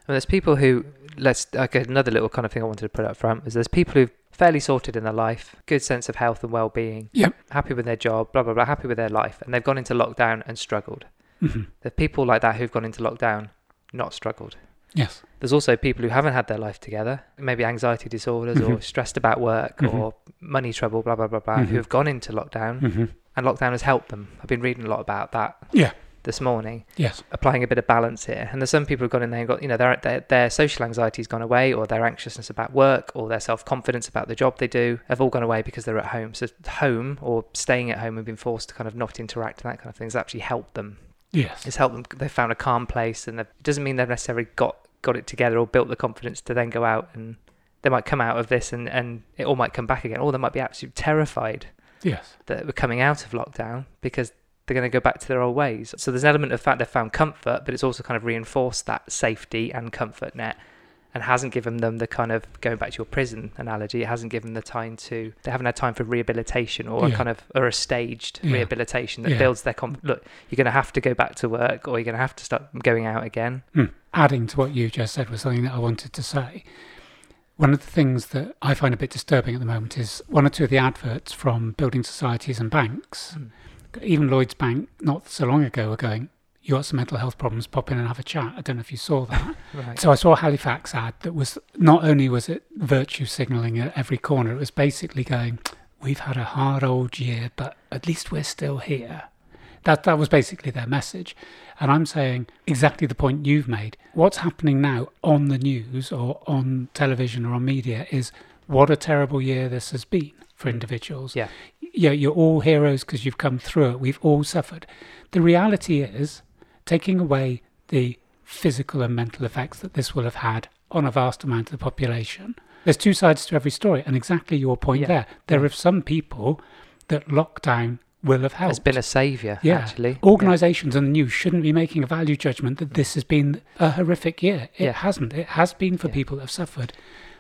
Well, there's people who let's okay, another little kind of thing I wanted to put up front is there's people who've fairly sorted in their life, good sense of health and well-being, Yep. happy with their job, blah blah blah, happy with their life, and they've gone into lockdown and struggled. Mhm. There's people like that who've gone into lockdown, not struggled. Yes. There's also people who haven't had their life together, maybe anxiety disorders or stressed about work Mhm. or money trouble, blah blah blah blah, Mhm. who have gone into lockdown Mm-hmm. and lockdown has helped them. I've been reading a lot about that Yeah. this morning, Yes. applying a bit of balance here. And there's some people who've gone in there and got, you know, their their, their social anxiety's gone away, or their anxiousness about work, or their self confidence about the job they do, have all gone away because they're at home. So home or staying at home and being forced to kind of not interact and that kind of thing has actually helped them Yes. it's helped them. They found a calm place, and they've- it doesn't mean they've necessarily got got it together or built the confidence to then go out and they might come out of this and and it all might come back again, or they might be absolutely terrified Yes. that we're coming out of lockdown because they're going to go back to their old ways. So there's an element of fact they've found comfort, but it's also kind of reinforced that safety and comfort net. And hasn't given them the kind of going back to your prison analogy. It hasn't given the time to. They haven't had time for rehabilitation or Yeah. a kind of or a staged Yeah. rehabilitation that Yeah. builds their comp. Look, you're going to have to go back to work, or you're going to have to start going out again. Hmm. Adding to what you just said was something that I wanted to say. One of the things that I find a bit disturbing at the moment is one or two of the adverts from building societies and banks, Hmm. even Lloyd's Bank not so long ago, were going, You got some mental health problems, pop in and have a chat. I don't know if you saw that. Right. So I saw a Halifax ad that was not only was it virtue signalling at every corner, it was basically going, "We've had a hard old year, but at least we're still here." That that was basically their message, and I'm saying exactly the point you've made. What's happening now on the news or on television or on media is what a terrible year this has been for individuals yeah. yeah, you're all heroes because you've come through it. We've all suffered. The reality is, taking away the physical and mental effects that this will have had on a vast amount of the population, there's two sides to every story, and exactly your point Yeah. there. There are some people that lockdown will have helped. It's been a saviour, actually. Yeah. Organisations and the news shouldn't be making a value judgment that this has been a horrific year. It Yeah. hasn't. It has been for Yeah. people that have suffered.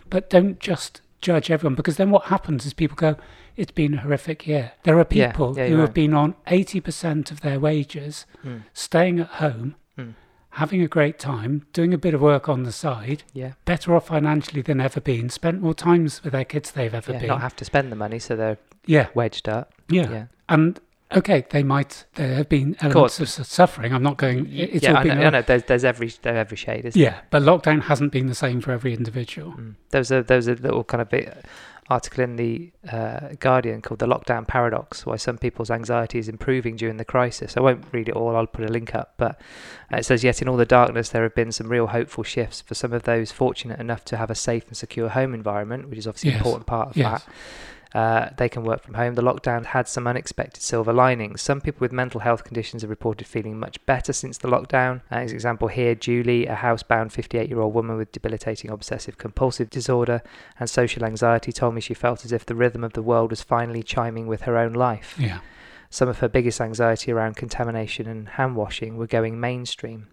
But don't just judge everyone because then what happens is people go, it's been a horrific year. There are Yeah. people Yeah, who you're have right. Hmm. been on 80% of their wages, staying at home, having a great time, doing a bit of work on the side, Yeah. better off financially than ever been, spent more times with their kids they've ever Yeah, been. Not have to spend the money, so they're yeah. wedged up. Yeah. Yeah. And okay, they might there have been elements course. of, s suffering. I'm not going. it- It's yeah, all I been. know, I know. There's, there's every there's every shade, isn't Yeah, but lockdown hasn't been the same for every individual. Mm. There was a there was a little kind of bit article in the uh, Guardian called "The Lockdown Paradox: Why Some People's Anxiety Is Improving During the Crisis." I won't read it all. I'll put a link up, but uh, it says, "Yet in all the darkness, there have been some real hopeful shifts for some of those fortunate enough to have a safe and secure home environment, which is obviously Yes. an important part of Yes. that." Uh, they can work from home. The lockdown had some unexpected silver linings. Some people with mental health conditions are reported feeling much better since the lockdown. Uh, as an example here, Julie, a housebound 58 year old woman with debilitating obsessive compulsive disorder and social anxiety, told me she felt as if the rhythm of the world was finally chiming with her own life. Yeah. Some of her biggest anxiety around contamination and hand washing were going mainstream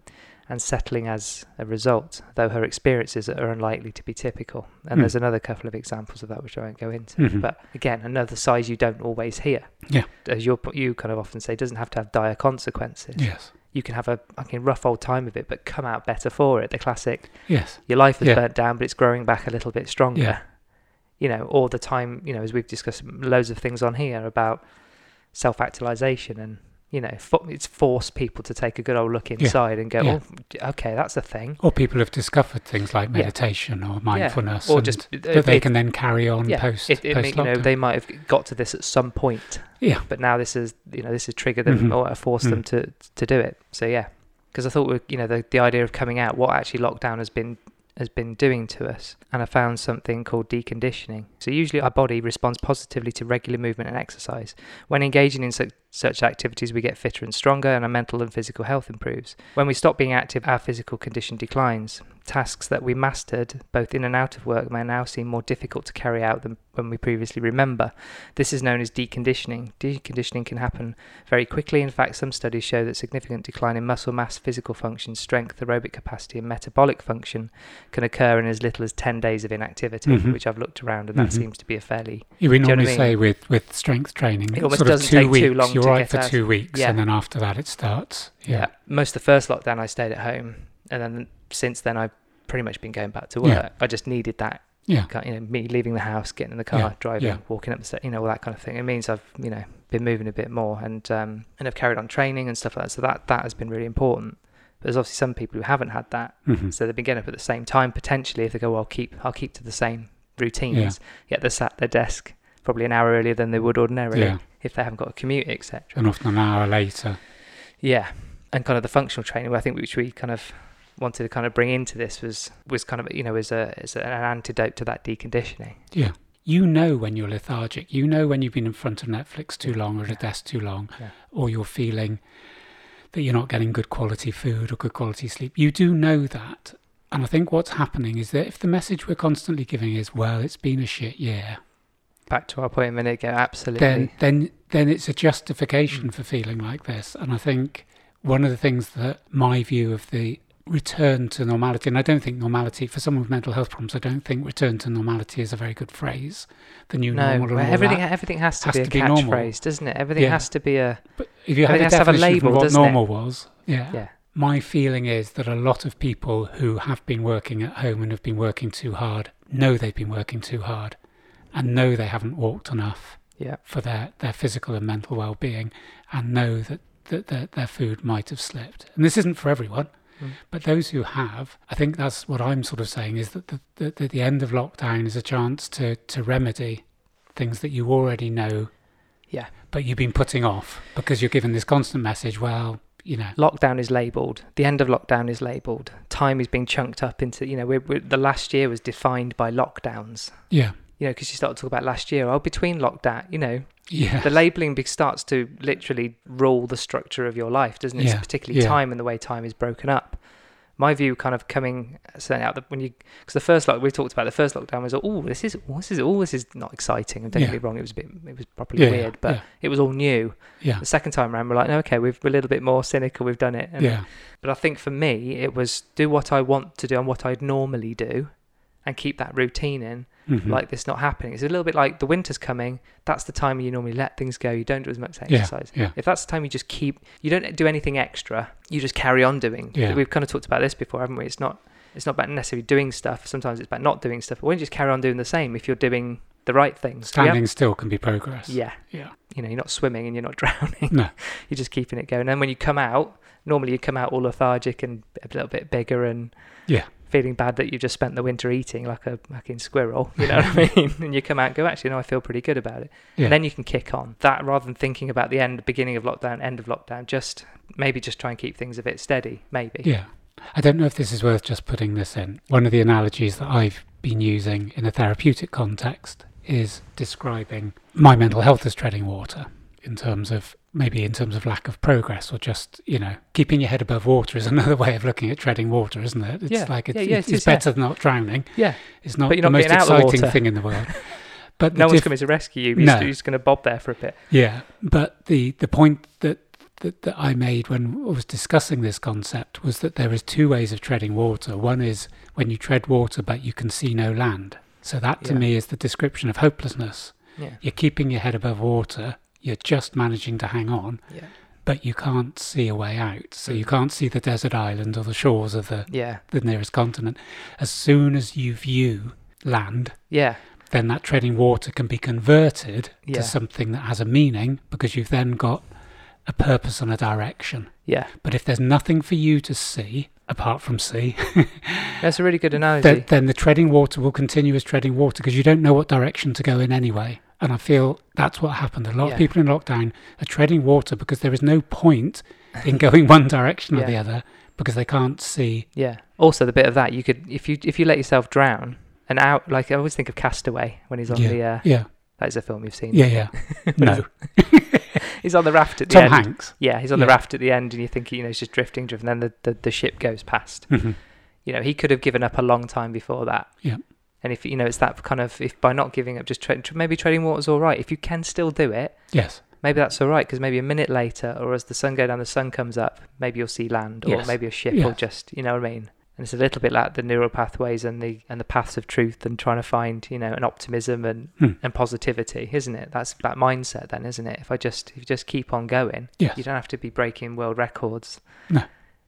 and settling as a result, though her experiences are unlikely to be typical. And Hmm. there's another couple of examples of that which I won't go into. Mhm. But again, another size you don't always hear. Yeah. As your, you kind of often say, doesn't have to have dire consequences. Yes. You can have a fucking rough old time of it, but come out better for it. The classic Yes. your life is Yeah. burnt down, but it's growing back a little bit stronger. Yeah. You know, all the time, you know, as we've discussed loads of things on here about self actualization and, you know, fo- it's forced people to take a good old look inside and go, Yeah. oh, okay, that's a thing. Or people have discovered things like meditation or mindfulness, Or and just- uh, that they it- can then carry on yeah. post It, it post may- you know, lockdown. they might have got to this at some point, yeah. but now this is, you know, this has triggered them Mhm. or forced them to, to do it. So, yeah. Because I thought, we you know, the, the idea of coming out, what actually lockdown has been has been doing to us. And I found something called deconditioning. So, usually our body responds positively to regular movement and exercise. When engaging in such, such activities, we get fitter and stronger, and our mental and physical health improves. When we stop being active, our physical condition declines. Tasks that we mastered, both in and out of work, may now seem more difficult to carry out than when we previously remember. This is known as deconditioning. Deconditioning can happen very quickly. In fact, some studies show that significant decline in muscle mass, physical function, strength, aerobic capacity, and metabolic function can occur in as little as 10 days of inactivity, Mhm. which I've looked around and that Mhm. seems to be a fairly We know what normally I mean? say with, with strength training, almost sort of doesn't two take too weeks. long You're to right get for out. two weeks, Yeah. and then after that it starts. yeah. Yeah. Most of the first lockdown, I stayed at home, and then since then, I've pretty much been going back to work. Yeah. I just needed that, Yeah. ki- you know, me leaving the house, getting in the car, Yeah, driving, yeah. walking up the stairs, you know, all that kind of thing. It means I've, you know, been moving a bit more, and um, and I've carried on training and stuff like that. So that that has been really important. But there's obviously some people who haven't had that, Mhm. so they've been getting up at the same time potentially. If they go, well, I'll keep, I'll keep to the same routines. Yet they're sat at their desk probably an hour earlier than they would ordinarily Yeah. Um, if they haven't got a commute, etc. and often an hour later. Yeah, and kind of the functional training, I think, which we kind of wanted to kind of bring into this was was kind of you know is a is an antidote to that deconditioning. Yeah. You know when you're lethargic. You know when you've been in front of Netflix too long or at a desk too long, Yeah. or you're feeling that you're not getting good quality food or good quality sleep. You do know that. And I think what's happening is that if the message we're constantly giving is, well, it's been a shit year, Back to our point a minute ago, absolutely. then then then it's a justification for feeling like this. And I think one of the things that my view of the return to normality, and I don't think normality for someone with mental health problems, I don't think return to normality is a very good phrase. The new no, normal and well, all everything that. everything has to has be a to be normal. catchphrase, doesn't it? Everything Yeah. has to be a But if you I had think it a has to have definition a for label, what doesn't it? normal was, yeah, yeah. My feeling is that a lot of people who have been working at home and have been working too hard know they've been working too hard and know they haven't walked enough Yeah. for their, their physical and mental well being and know that, that their, their food might have slipped. And this isn't for everyone, Mm. but those who have, I think that's what I'm sort of saying is that the, the, the, the end of lockdown is a chance to, to remedy things that you already know. Yeah. But you've been putting off because you're given this constant message, well, you know, Lockdown is labelled. The end of lockdown is labelled. Time is being chunked up into you know we're, we're, the last year was defined by lockdowns. yeah. You know, because you start to talk about last year. Oh, between lockdown, you know, Yeah. the labeling be- starts to literally rule the structure of your life, doesn't it? Yeah, It's particularly yeah. time and the way time is broken up. My view, kind of coming certainly out that when you because the first lock we talked about the first lockdown was oh this is oh, this is all this is not exciting. Don't Yeah. get me wrong, it was a bit it was probably Yeah, yeah, weird, but yeah. it was all new. yeah. The second time around, we're like, no, okay, we've, we're a little bit more cynical. We've done it, and Yeah. but I think for me, it was do what I want to do and what I'd normally do and keep that routine in, Mhm. like this not happening. It's a little bit like the winter's coming. That's the time you normally let things go. You don't do as much Yeah, exercise. yeah. If that's the time you just keep, you don't do anything extra, you just carry on doing. Yeah. We've kind of talked about this before, haven't we? It's not. It's not about necessarily doing stuff. Sometimes it's about not doing stuff. But when you just carry on doing the same, if you're doing the right things, Standing still can be progress. Yeah. yeah Yeah. you know you're not swimming and you're not drowning No. you're just keeping it going and then when you come out normally you come out all lethargic and a little bit bigger and Yeah. feeling bad that you just spent the winter eating like a fucking squirrel you know what i mean and you come out and go actually no i feel pretty good about it Yeah. and then you can kick on that rather than thinking about the end beginning of lockdown end of lockdown just maybe just try and keep things a bit steady maybe Yeah. I don't know if this is worth just putting this in. One of the analogies that I've been using in a therapeutic context is describing my mental health as treading water in terms of maybe in terms of lack of progress or just, you know, keeping your head above water is another way of looking at treading water, isn't it? It's Yeah. like Yeah, it's, yeah, it's, it is, it's better than not drowning. yeah It's not But you're the not most getting out of the exciting water. thing in the world. But no the one's diff- coming to rescue you you're No. just- you're just going to bob there for a bit Yeah, but the the point that, that that I made when I was discussing this concept was that there is two ways of treading water. One is when you tread water but you can see no land. So that to Yeah. me is the description of hopelessness. yeah You're keeping your head above water, you're just managing to hang on, yeah but you can't see a way out. So you can't see the desert island or the shores of the, yeah the nearest continent. As soon as you view land, yeah then that treading water can be converted Yeah. to something that has a meaning because you've then got a purpose and a direction. yeah But if there's nothing for you to see apart from sea, that's a really good analogy then, then the treading water will continue as treading water because you don't know what direction to go in anyway. And I feel that's what happened. A lot Yeah. of people in lockdown are treading water because there is no point in going one direction or Yeah. the other because they can't see. Yeah. Also, the bit of that you could, if you if you let yourself drown, and out like I always think of Castaway when he's on yeah. the. Uh, yeah, that is a film you've seen. yeah, yeah. no, He's on the raft at the Tom end. Hanks. Yeah, he's on the Yeah. raft at the end, and you think you know he's just drifting, drifting. Then the, the the ship goes past. Mhm. You know, he could have given up a long time before that. Yeah. And if you know, it's that kind of if by not giving up, just tra- tr- maybe trading water's all right. If you can still do it, Yes, maybe that's all right because maybe a minute later, or as the sun go down, the sun comes up. Maybe you'll see land, or Yes. maybe a ship, or Yes. just you know what I mean. And it's a little bit like the neural pathways and the and the paths of truth and trying to find you know an optimism and Hmm. and positivity, isn't it? That's that mindset, then, isn't it? If I just if you just keep on going, Yes. you don't have to be breaking world records. No.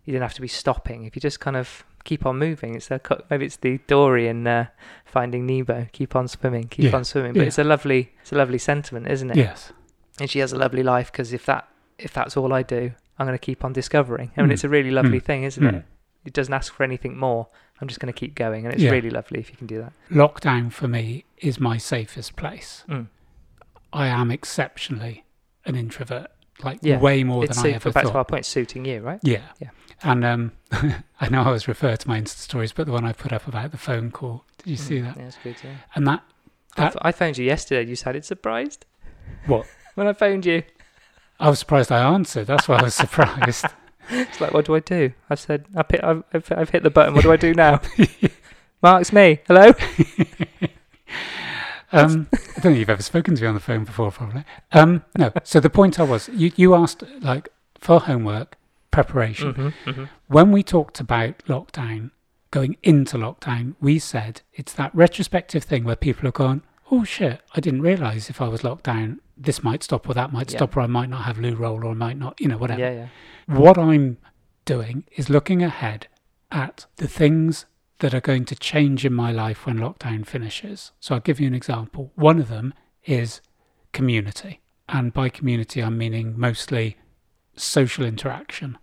you don't have to be stopping. If you just kind of keep on moving, it's the co- maybe it's the Dory in uh, Finding Nemo. Keep on swimming, keep Yeah. on swimming. But Yeah. it's a lovely it's a lovely sentiment, isn't it? yes. and she has a lovely life because if that if that's all I do, I'm going to keep on discovering. I mean, Mm. it's a really lovely Mm. thing, isn't it? Mm. It doesn't ask for anything more. I'm just going to keep going, and it's Yeah. really lovely if you can do that. lockdown for me is my safest place Mm. I am exceptionally an introvert, like Yeah. way more it's than I suit- ever back thought. to our point, suiting you, right? Yeah. Yeah. And um, I know I was referred to my Insta stories, but the one I put up about the phone call, did you see that? Mm. Yeah, that's good. Yeah. And that, I that I phoned you yesterday. You sounded surprised what? when I phoned you. I was surprised I answered. That's why I was surprised. It's like, what do I do? I said, I've hit, I've, I've, I've hit the button. What do I do now? Mark's me. Hello. Um, I don't think you've ever spoken to me on the phone before, probably. Um, no. So the point I was, you, you asked like for homework preparation. When we talked about lockdown, going into lockdown, we said it's that retrospective thing where people are gone, oh shit, I didn't realise if I was locked down, this might stop or that might Yeah. stop or I might not have loo roll or I might not, you know, whatever. Yeah, yeah. What I'm doing is looking ahead at the things that are going to change in my life when lockdown finishes. So I'll give you an example. One of them is community. And by community, I'm meaning mostly social interaction.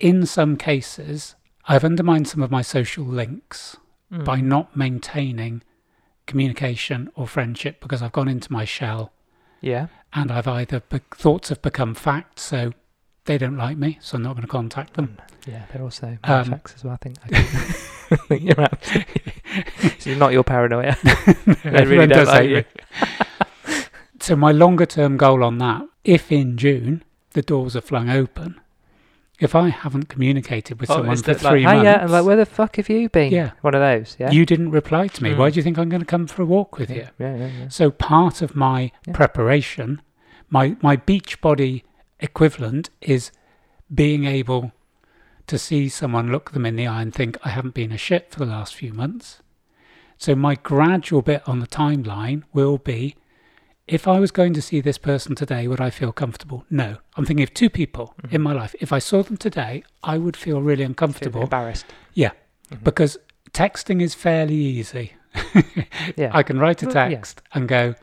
In some cases, I've undermined some of my social links by not maintaining communication or friendship because I've gone into my shell Yeah. and I've either be- thoughts have become fact, so they don't like me, so I'm not going to contact them. Yeah, they're also Um, facts as well. I think, I think you're right. so you're not your paranoia. really Everyone don't does like hate me. Mm. so my longer term goal on that, if in June the doors are flung open, if I haven't communicated with someone it's for just Oh, like, three "Hiya," months, and like, where the fuck have you been? Yeah. One of those. Yeah. you didn't reply to me. Mm. Why do you think I'm going to come for a walk with you? Yeah, yeah, yeah. So part of my Yeah. preparation, my my beach body equivalent is being able to see someone look them in the eye and think I haven't been a shit for the last few months. So my gradual bit on the timeline will be if I was going to see this person today, would I feel comfortable? No. I'm thinking of two people in my life. If I saw them today, I would Mm-hmm. feel really Mm-hmm. Feel uncomfortable. embarrassed. Yeah, because texting is fairly easy. Yeah. I can write a Well, yeah. text and go,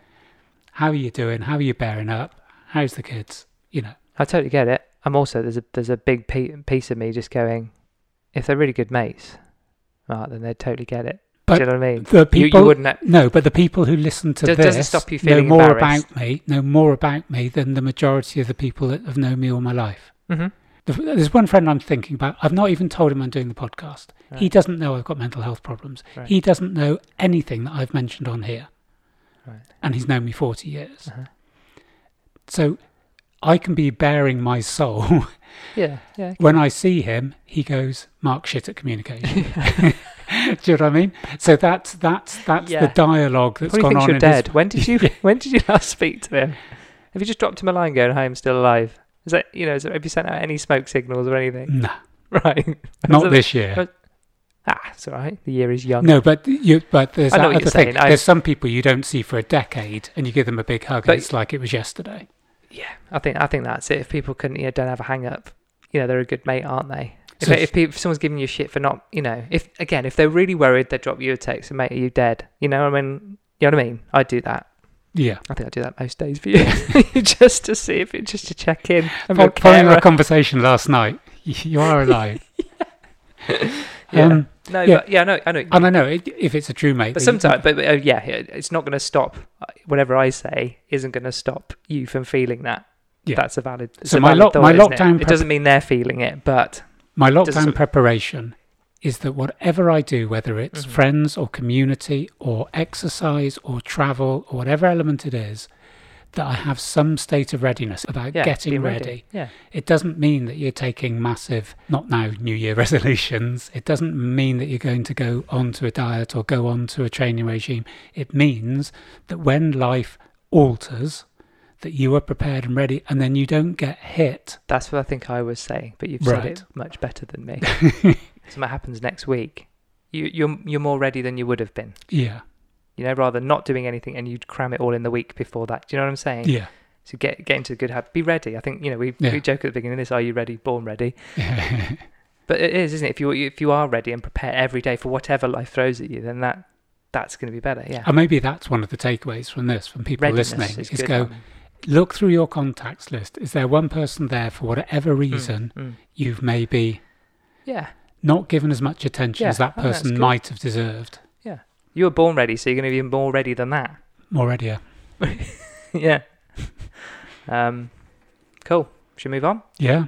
"How are you doing? How are you bearing up? How's the kids?" You know, I totally get it. I'm also there's a there's a big pe- piece of me just going, if they're really good mates, right, then they totally get it. But Do you know what I mean? the You- you people wouldn't a- no, but the people who listen to Does- this doesn't stop you know feeling more embarrassed. about me, know more about me than the majority of the people that have known me all my life. Mm-hmm. The- There's one friend I'm thinking about. I've not even told him I'm doing the podcast. He doesn't know I've got mental health problems. Right. He doesn't know anything that I've mentioned on here. Right. And he's known me 40 years. Uh-huh. So I can be bearing my soul. Yeah, yeah. when I see him, he goes, Mark shit at communication. Do you know what I mean? So that's that's that's Yeah. the dialogue that's Probably gone thinks on. you're in his- dead. When did you Yeah. when did you last speak to him? Have you just dropped him a line going, "Hi, I'm still alive"? Is that you know? Is there, have you sent out any smoke signals or anything? No, Right. not that- this year. was- Ah, it's all right. The year is young. No, but you but there's I know that what other you're thing. saying. I- There's some people you don't see for a decade, and you give them a big hug, But- and it's like it was yesterday. Yeah, I think I think that's it. If people can, you know, don't have a hang up, you know, they're a good mate, aren't they? If, So if, if- people, if someone's giving you shit for not, you know, if again, if they're really worried, they drop you a text and mate, are you dead? You know, what I mean, you know what I mean. I do that. Yeah. I think I do that most days for you, just to see if it, just to check in. I'm Fo- your Following our carer. conversation last night, you are alive. Yeah. Um, no, yeah. but yeah, no, I know. and I know it, if it's a true mate, But that you- sometimes, but but, uh, yeah, it- it's not going to stop. uh, Whatever I say isn't going to stop you from feeling that. Yeah. That's a valid. it's So a my valid lock- thought, my isn't it? lockdown It prep- doesn't mean they're feeling it, but my doesn't- lockdown preparation is that whatever I do, whether it's Mm-hmm. friends or community or exercise or travel or whatever element it is, that I have some state of readiness about yeah, getting being ready. Yeah. It doesn't mean that you're taking massive, not now, New Year resolutions. It doesn't mean that you're going to go onto a diet or go onto a training regime. It means that when life alters, that you are prepared and ready, and then you don't get hit. That's what I think I was saying, but you've said it much better than me. so what happens next week? You, you're you're more ready than you would have been. Yeah, You know, rather than not doing anything and you'd cram it all in the week before that. Do you know what I'm saying? yeah. So get get into a good habit. Be ready. I think you know we, Yeah. we joke at the beginning of this. Are you ready? Born ready. But it is, isn't it? If you if you are ready and prepared every day for whatever life throws at you, then that that's going to be better. Yeah. And maybe that's one of the takeaways from this, from people Readiness listening, is, good. go look through your contacts list. Is there one person there for whatever reason mm. you've maybe Yeah. not given as much attention Yeah, as that I think that's person good. might have deserved? You were born ready, so you're going to be more ready than that. More readier. yeah. Um, cool. Should we move on? Yeah.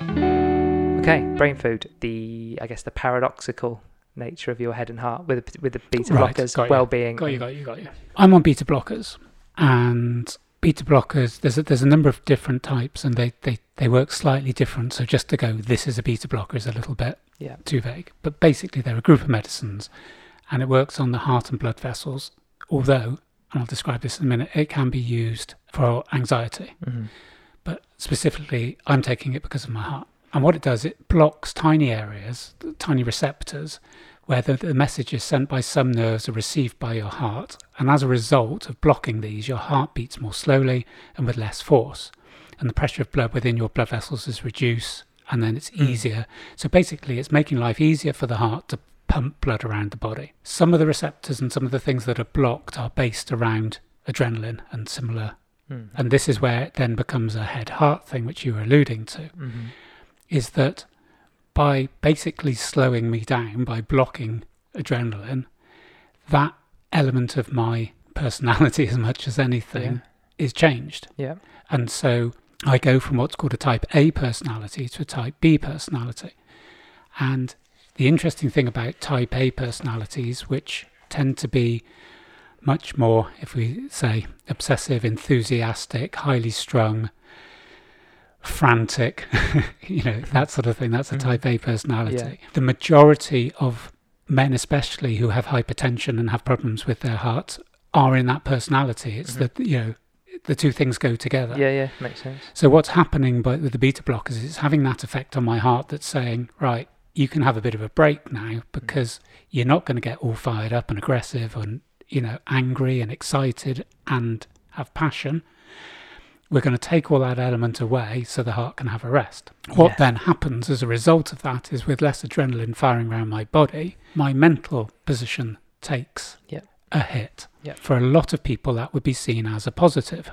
Okay, brain food. The I guess the paradoxical nature of your head and heart with with the beta Right, blockers, got you. well-being. Got you, got you, got you. I'm on beta blockers, and beta blockers. There's a, there's a number of different types, and they, they they work slightly different. So just to go, this is a beta blocker is a little bit Yeah. too vague. But basically, they're a group of medicines, and it works on the heart and blood vessels. Although, and I'll describe this in a minute, it can be used for anxiety. Mhm. But specifically, I'm taking it because of my heart. And what it does, it blocks tiny areas, tiny receptors, where the, the message is sent by some nerves or received by your heart. And as a result of blocking these, your heart beats more slowly and with less force. And the pressure of blood within your blood vessels is reduced, and then it's easier. So basically, it's making life easier for the heart to pump blood around the body. Some of the receptors and some of the things that are blocked are based around adrenaline and similar. Mm. And this is where it then becomes a head heart thing, which you were alluding to Mhm. is that by basically slowing me down, by blocking adrenaline, that element of my personality, as much as anything, is changed. Yeah. And so I go from what's called a type A personality to a type B personality. And the interesting thing about type A personalities, which tend to be much more, if we say, obsessive, enthusiastic, highly strung, frantic, you know, that sort of thing, that's a Mhm. type A personality. The majority of men, especially who have hypertension and have problems with their hearts, are in that personality. It's that, you know, the two things go together. Yeah, yeah, makes sense. So what's happening by, with the beta blockers is it's having that effect on my heart that's saying, right, you can have a bit of a break now because you're not going to get all fired up and aggressive and you know angry and excited and have passion. We're going to take all that element away so the heart can have a rest. What Yeah. then happens as a result of that is with less adrenaline firing around my body, my mental position takes Yeah. a hit. Yeah. For a lot of people, that would be seen as a positive.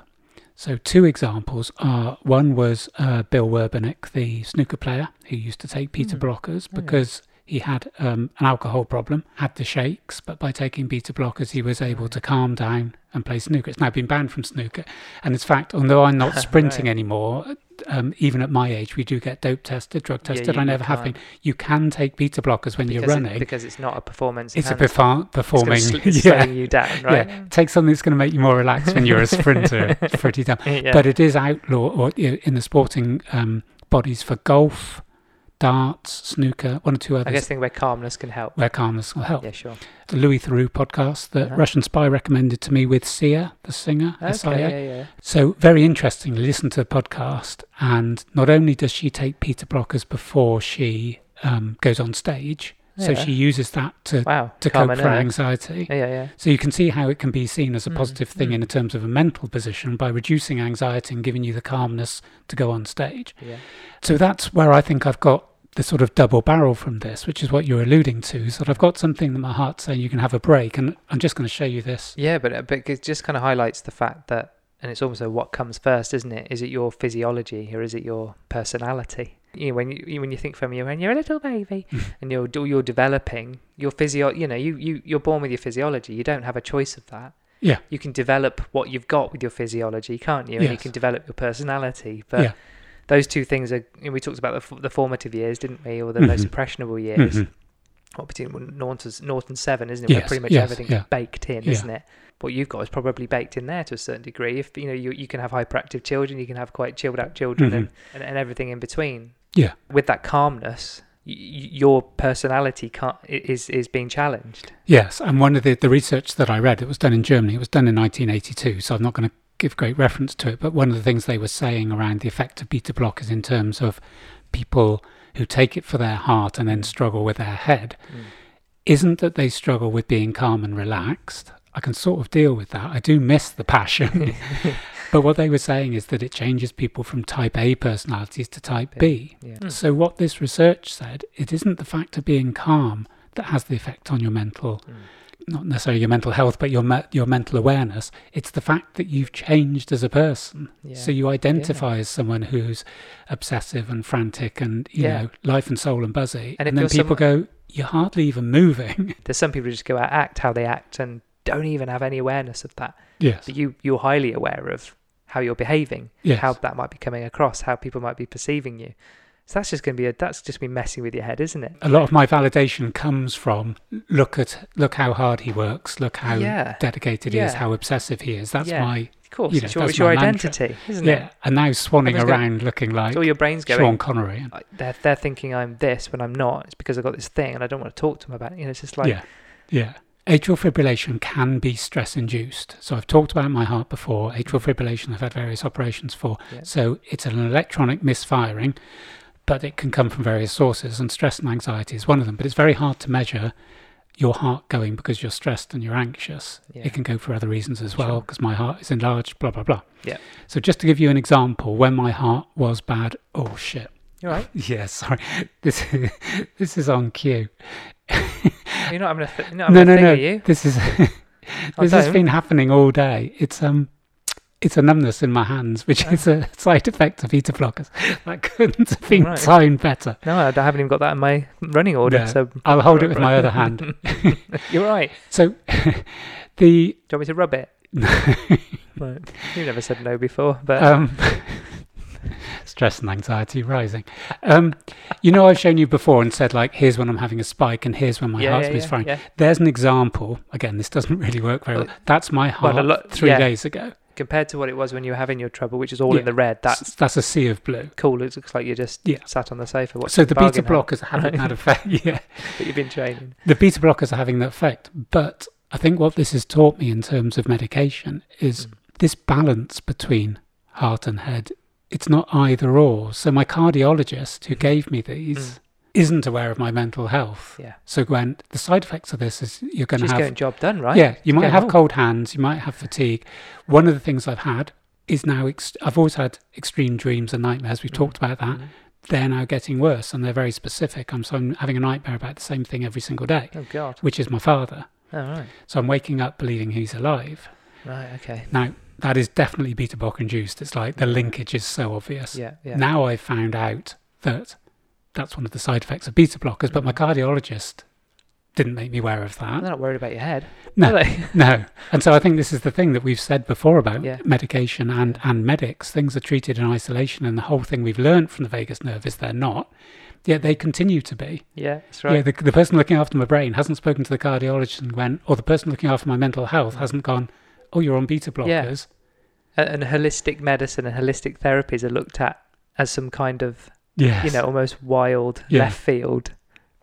So, two examples are one was uh, Bill Werbenick, the snooker player who used to take Mm. beta Oh, blockers because he had um, an alcohol problem, had the shakes, but by taking beta blockers, he was able to calm down and play snooker. It's now been banned from snooker. And in fact, although I'm not sprinting anymore, um, even at my age, we do get dope tested, drug Yeah, tested. you- I you never have can't. been. You can take beta blockers when you're Because it- running. because it's not a performance. it's a enhancer. perfor- It's gonna performing. sl- it's yeah. slowing you down, right? Yeah, take something that's going to make you more relaxed when you're a sprinter, pretty damn. Yeah. But it is outlaw or you know, in the sporting um, bodies for golf, darts, snooker, one or two others I guess thing where calmness can help. where calmness will help. Yeah, sure. The Louis Theroux podcast that Uh-huh. Russian Spy recommended to me with Sia, the singer, S I A. Okay, yeah, yeah. So very interestingly, listen to the podcast, and not only does she take Peter blockers before she um, goes on stage, so Yeah. she uses that to Wow. to calm cope and for earth. anxiety. Yeah, yeah, yeah. So you can see how it can be seen as a positive thing in terms of a mental position by reducing anxiety and giving you the calmness to go on stage. Yeah. So that's where I think I've got the sort of double barrel from this, which is what you're alluding to. is that I've got something that my heart's saying you can have a break, and I'm just going to show you this. Yeah, but uh, but it just kind of highlights the fact that, and it's almost a what comes first, isn't it? Is it your physiology or is it your personality? You know, when you when you think from you when you're a little baby and you're you're developing your physio, you know, you you you're born with your physiology. You don't have a choice of that. Yeah. You can develop what you've got with your physiology, can't you? And you Yes. can develop your personality, but. Yeah. Those two things are. You know, we talked about the, f- the formative years, didn't we, or the Mm-hmm. most impressionable years? Mhm. Well, between Norton's, Norton Seven, isn't it? Where Yes, pretty much yes, everything's yeah. baked in, Yeah. isn't it? What you've got is probably baked in there to a certain degree. If you know, you, you can have hyperactive children, you can have quite chilled out children, and, Mm-hmm. and and everything in between. Yeah. With that calmness, y- y- your personality can't i- is is being challenged. Yes, and one of the, the research that I read, it was done in Germany, it was done in 1982, so I'm not going to give great reference to it, but one of the things they were saying around the effect of beta blockers in terms of people who take it for their heart and then struggle with their head isn't that they struggle with being calm and relaxed. I can sort of deal with that. I do miss the passion. but what they were saying is that it changes people from type A personalities to type B. Yeah. So what this research said, it isn't the fact of being calm that has the effect on your mental Mm. not necessarily your mental health, but your me- your mental awareness. It's the fact that you've changed as a person, Yeah. so you identify as someone who's obsessive and frantic, and you Yeah. know life and soul and buzzy. And And, if then you're people go, you're hardly even moving. There's some people who just go out, act how they act, and don't even have any awareness of that. yes. But you, you're highly aware of how you're behaving, Yes. how that might be coming across, how people might be perceiving you. So that's just going to be a, that's just been messing with your head, isn't it? a lot of my validation comes from look at look how hard he works, look how Yeah. dedicated he is, Yeah. how obsessive he is. That's Yeah. my Of course, you know, it's your, that's it's your my mantra. identity, isn't yeah. it? And now Everyone's swanning going- around looking like It's all your brain's going. Sean Connery. I- They're, they're thinking I'm this when I'm not. It's because I've got this thing and I don't want to talk to them about it. You know, it's just like, yeah, yeah. Atrial fibrillation can be stress induced. So I've talked about my heart before. Atrial fibrillation, I've had various operations for. Yeah. So it's an electronic misfiring, but it can come from various sources, and stress and anxiety is one of them. But it's very hard to measure your heart going because you're stressed and you're anxious. Yeah. It can go for other reasons as well Sure. because my heart is enlarged, blah, blah, blah. Yeah. So just to give you an example, when my heart was bad, oh shit. you're right. Yeah, sorry. This this is on cue. You're not having a, th- you're not No, having no, a thing, no. are you? This is I this has don't. been happening all day. It's um, it's a numbness in my hands, Oh. which is a side effect of beta blockers. That couldn't have been Right. timed better. No, I haven't even got that in my running order. No, So I'll hold it with my other hand. you're right. So, the Do you want me to rub it? Right. You've never said no before, but um, stress and anxiety rising. Um, you know, I've shown you before and said like, here's when I'm having a spike, and here's when my yeah, heart's yeah, yeah, misfiring. yeah. There's an example. Again, this doesn't really work very well. That's my well, a heart lot- three yeah. days ago. Compared to what it was when you were having your trouble, which is all Yeah. in the red, that's That's that's a sea of blue. cool. It looks like you just Yeah. sat on the sofa watching So the beta bargain hunt, blockers haven't had effect. Yeah, But you've been training. the beta blockers are having that effect. But I think what this has taught me in terms of medication is this balance between heart and head. It's not either or. So my cardiologist who gave me these isn't aware of my mental health. Yeah. So Gwen, the side effects of this is you're going to She's have getting job done, right? yeah, you She's might going, have "Oh, cold hands, you might have fatigue. One of the things I've had is now ex- I've always had extreme dreams and nightmares. Mm. We've talked about that. Mm-hmm. They're now getting worse and they're very specific. I'm so I'm having a nightmare about the same thing every single day, Oh God. which is my father. Oh right. So I'm waking up believing he's alive. Right. Okay. Now that is definitely beta block induced. It's like the linkage is so obvious. Yeah. Yeah. Now I've found out that that's one of the side effects of beta blockers, but my Mm. cardiologist didn't make me aware of that. They're not worried about your head. No. Are they? No. And so I think this is the thing that we've said before about Yeah. medication and, and medics. Things are treated in isolation, and the whole thing we've learned from the vagus nerve is they're not, yet they continue to be. yeah. That's Yeah, right. the, the person looking after my brain hasn't spoken to the cardiologist and went, or the person looking after my mental health hasn't gone, oh, you're on beta Yeah. blockers. A- and holistic medicine and holistic therapies are looked at as some kind of Yes. you know almost wild Yeah. left field.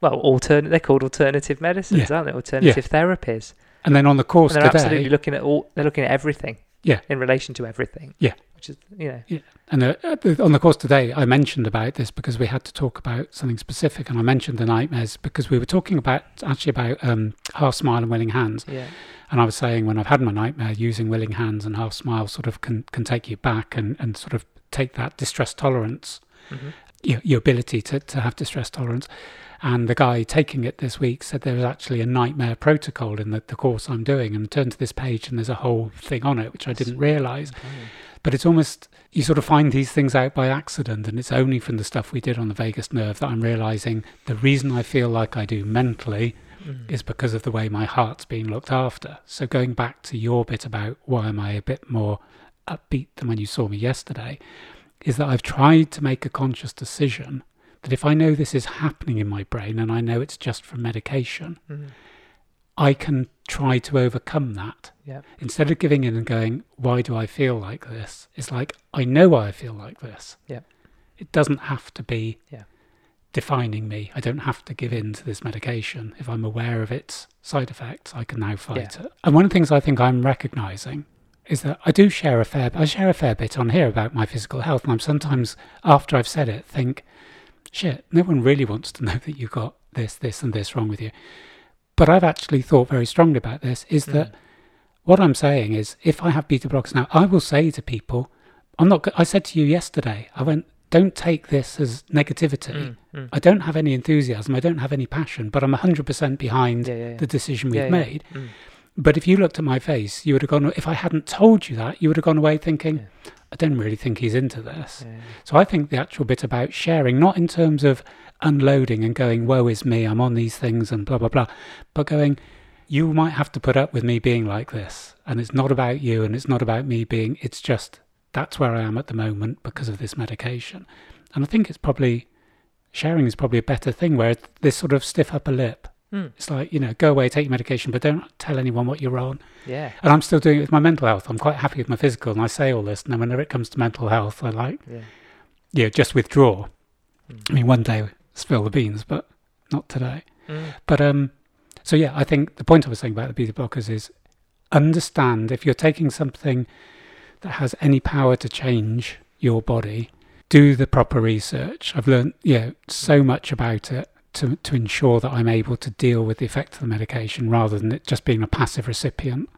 Well, alternate. They're called alternative medicines, Yeah. aren't they? Alternative therapies. And then on the And course they're today, absolutely looking at all. They're looking at everything. Yeah. In relation to everything. Yeah. Which is you know. And uh, at the- on the course today, I mentioned about this because we had to talk about something specific, and I mentioned the nightmares because we were talking about actually about um, half smile and willing hands. Yeah. And I was saying when I've had my nightmare, using willing hands and half smile sort of can, can take you back and, and sort of take that distress tolerance, Mhm. your, your ability to, to have distress tolerance. And the guy taking it this week said there was actually a nightmare protocol in the, the course I'm doing and turned to this page and there's a whole thing on it, which I didn't realize. But it's almost, you sort of find these things out by accident. And it's only from the stuff we did on the vagus nerve that I'm realizing the reason I feel like I do mentally is because of the way my heart's being looked after. So going back to your bit about why am I a bit more upbeat than when you saw me yesterday, is that I've tried to make a conscious decision that if I know this is happening in my brain and I know it's just from medication, I can try to overcome that. Yeah. Instead of giving in and going, why do I feel like this? It's like, I know why I feel like this. Yeah. It doesn't have to be Yeah. defining me. I don't have to give in to this medication. If I'm aware of its side effects, I can now fight it. And one of the things I think I'm recognizing is that I do share a fair I share a fair bit on here about my physical health and I'm sometimes after I've said it think shit no one really wants to know that you got this this and this wrong with you but I've actually thought very strongly about this is Mm. that what I'm saying is if I have beta blockers now I will say to people I'm not go- I said to you yesterday I went don't take this as negativity Mm, I don't have any enthusiasm I don't have any passion but I'm 100% behind Yeah, yeah, yeah. the decision we've Yeah, Mm. yeah. made but if you looked at my face, you would have gone, if I hadn't told you that, you would have gone away thinking, I don't really think he's into this. So I think the actual bit about sharing, not in terms of unloading and going, woe is me, I'm on these things and blah, blah, blah, but going, you might have to put up with me being like this. And it's not about you and it's not about me being, it's just that's where I am at the moment because of this medication. And I think it's probably, sharing is probably a better thing where it's this sort of stiff upper lip. It's like, you know, go away, take your medication, but don't tell anyone what you're on. Yeah. And I'm still doing it with my mental health. I'm quite happy with my physical, and I say all this. And then whenever it comes to mental health, I like, Yeah. yeah, just withdraw. I mean, one day spill the beans, but not today. Mm. But um, so yeah, I think the point I was saying about the beta blockers is understand if you're taking something that has any power to change your body, do the proper research. I've learned yeah so much about it to to ensure that I'm able to deal with the effect of the medication rather than it just being a passive recipient.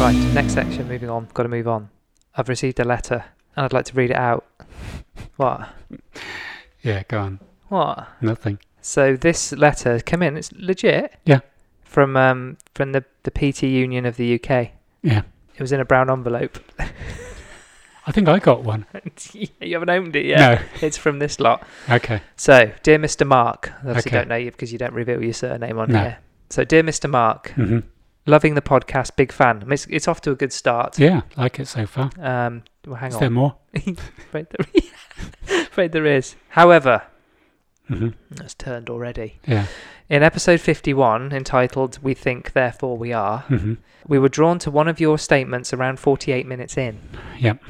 Right, next section, moving on. Got to move on. I've received a letter and I'd like to read it out. What? Yeah, go on. What? Nothing. So this letter came in, it's legit. Yeah. From um from the, the PT Union of the UK. Yeah. It was in a brown envelope. I think I got one. you haven't opened it yet. It's from this lot. No. Okay. So, dear Mr. Mark, I obviously Okay. don't know you because you don't reveal your surname on No. here. So, dear Mr. Mark, hmm loving the podcast, big fan. I mean, It's, it's off to a good start. Yeah, like it so far. Um, well, hang Is on. there more? Afraid there, afraid there is. However, Mm-hmm. hmm that's turned already. Yeah. In episode 51, entitled We Think, Therefore We Are, hmm we were drawn to one of your statements around 48 minutes in. Yep.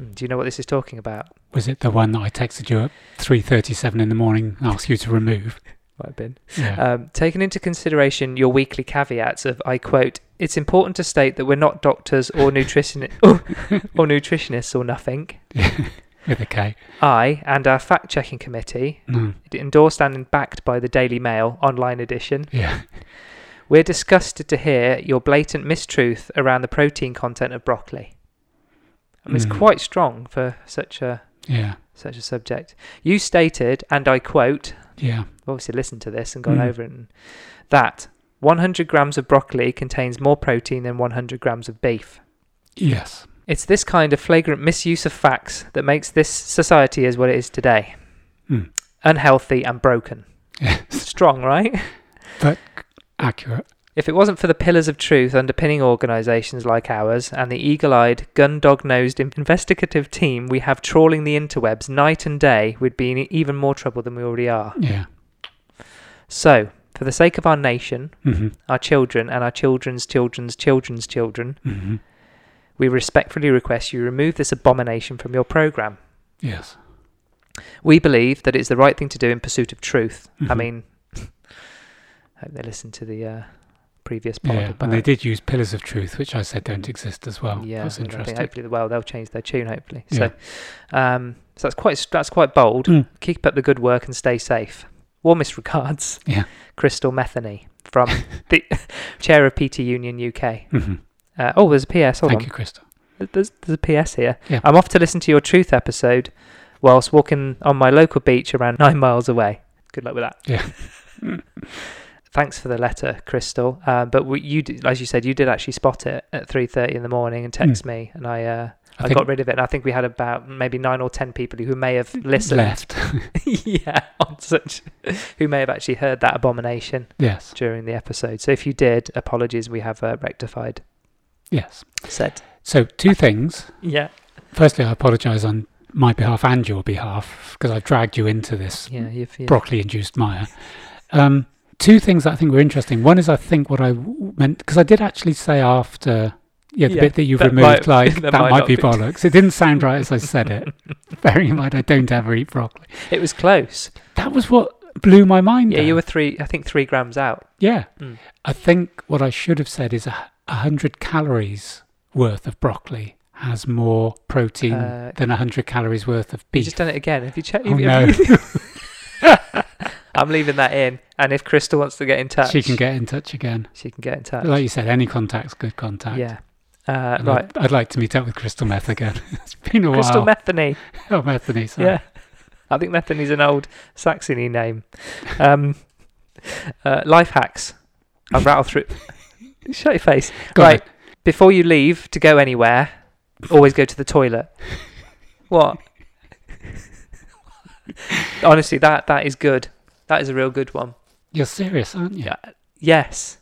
Mm, Do you know what this is talking about? Was it the one that I texted you at three thirty-seven in the morning and asked you to remove? Might have been. Yeah. Um, taking into consideration your weekly caveats of, I quote, it's important to state that we're not doctors or, nutrition- or, or nutritionists or nothing. With a K. I and our fact checking committee, Mm. endorsed and backed by the Daily Mail online edition, Yeah. we're disgusted to hear your blatant mistruth around the protein content of broccoli. I mean, Mm. It's quite strong for such a Yeah. such a subject. You stated, and I quote, Yeah. I've obviously listened to this and gone Mm. over it, and, that 100 grams of broccoli contains more protein than 100 grams of beef. Yes. It's this kind of flagrant misuse of facts that makes this society as what it is today Mm. unhealthy and broken. Yes. Strong, right? But accurate. If it wasn't for the pillars of truth underpinning organisations like ours and the eagle eyed, gun dog nosed investigative team we have trawling the interwebs night and day, we'd be in even more trouble than we already are. Yeah. So, for the sake of our nation, hmm our children, and our children's children's children's children, hmm we respectfully request you remove this abomination from your programme. Yes. We believe that it's the right thing to do in pursuit of truth. I Mhm. mean, I hope they listened to the uh, previous part. Yeah. about And they did use pillars of truth, which I said don't exist as well. yeah, That's and I think interesting. hopefully, well, they'll change their tune. Hopefully, so um, so that's quite that's quite bold. Mm. Keep up the good work and stay safe. Warmest regards, Yeah. Crystal Metheny from the chair of PT Union UK. hmm Uh, oh, there's a PS. Hold Thank on. you, Crystal. There's, there's a PS here. Yeah. I'm off to listen to your truth episode whilst walking on my local beach around nine miles away. Good luck with that. Yeah. Thanks for the letter, Crystal. Uh, but we, you, did, as you said, you did actually spot it at three thirty in the morning and text me, and I, uh, Hmm. I I, think- got rid of it. And I think we had about maybe nine or ten people who may have listened, Left. yeah, on such, who may have actually heard that abomination yes. during the episode. So if you did, apologies, we have uh, rectified. Yes. Said, So two things. yeah, Firstly, I apologise on my behalf and your behalf because I dragged you into this yeah, you've, you broccoli induced mire. Um, two things that I think were interesting. One is I think what I w- meant because I did actually say after, yeah, the Yeah, bit that you've that might- removed, like that, that might might not be be- bollocks. It didn't sound right as I said it. Bearing in mind I don't ever eat broccoli. It was close. That was what blew my mind. Yeah, you out. were three. I think three grams out. Yeah, Mm. I think what I should have said is a h- a hundred calories worth of broccoli has more protein Uh, than a hundred calories worth of You beef. just done it again. Have you checked? Oh, have no. you- I'm leaving that in. And if Crystal wants to get in touch, She can get in touch again. She can get in touch. Like you said, any contact's good contact. yeah. Uh, And right. I'd, I'd like to meet up with Crystal Meth again. it's been a Crystal while. Metheny. Crystal Meth. Oh, Methany, sorry. Yeah. I think Metheny's an old Saxony name. Um, uh, life hacks. I'll rattle through. Shut your face. Go right. Before you leave to go anywhere, always go to the toilet. What? Honestly, that that is good. That is a real good one. You're serious, aren't you? Yes.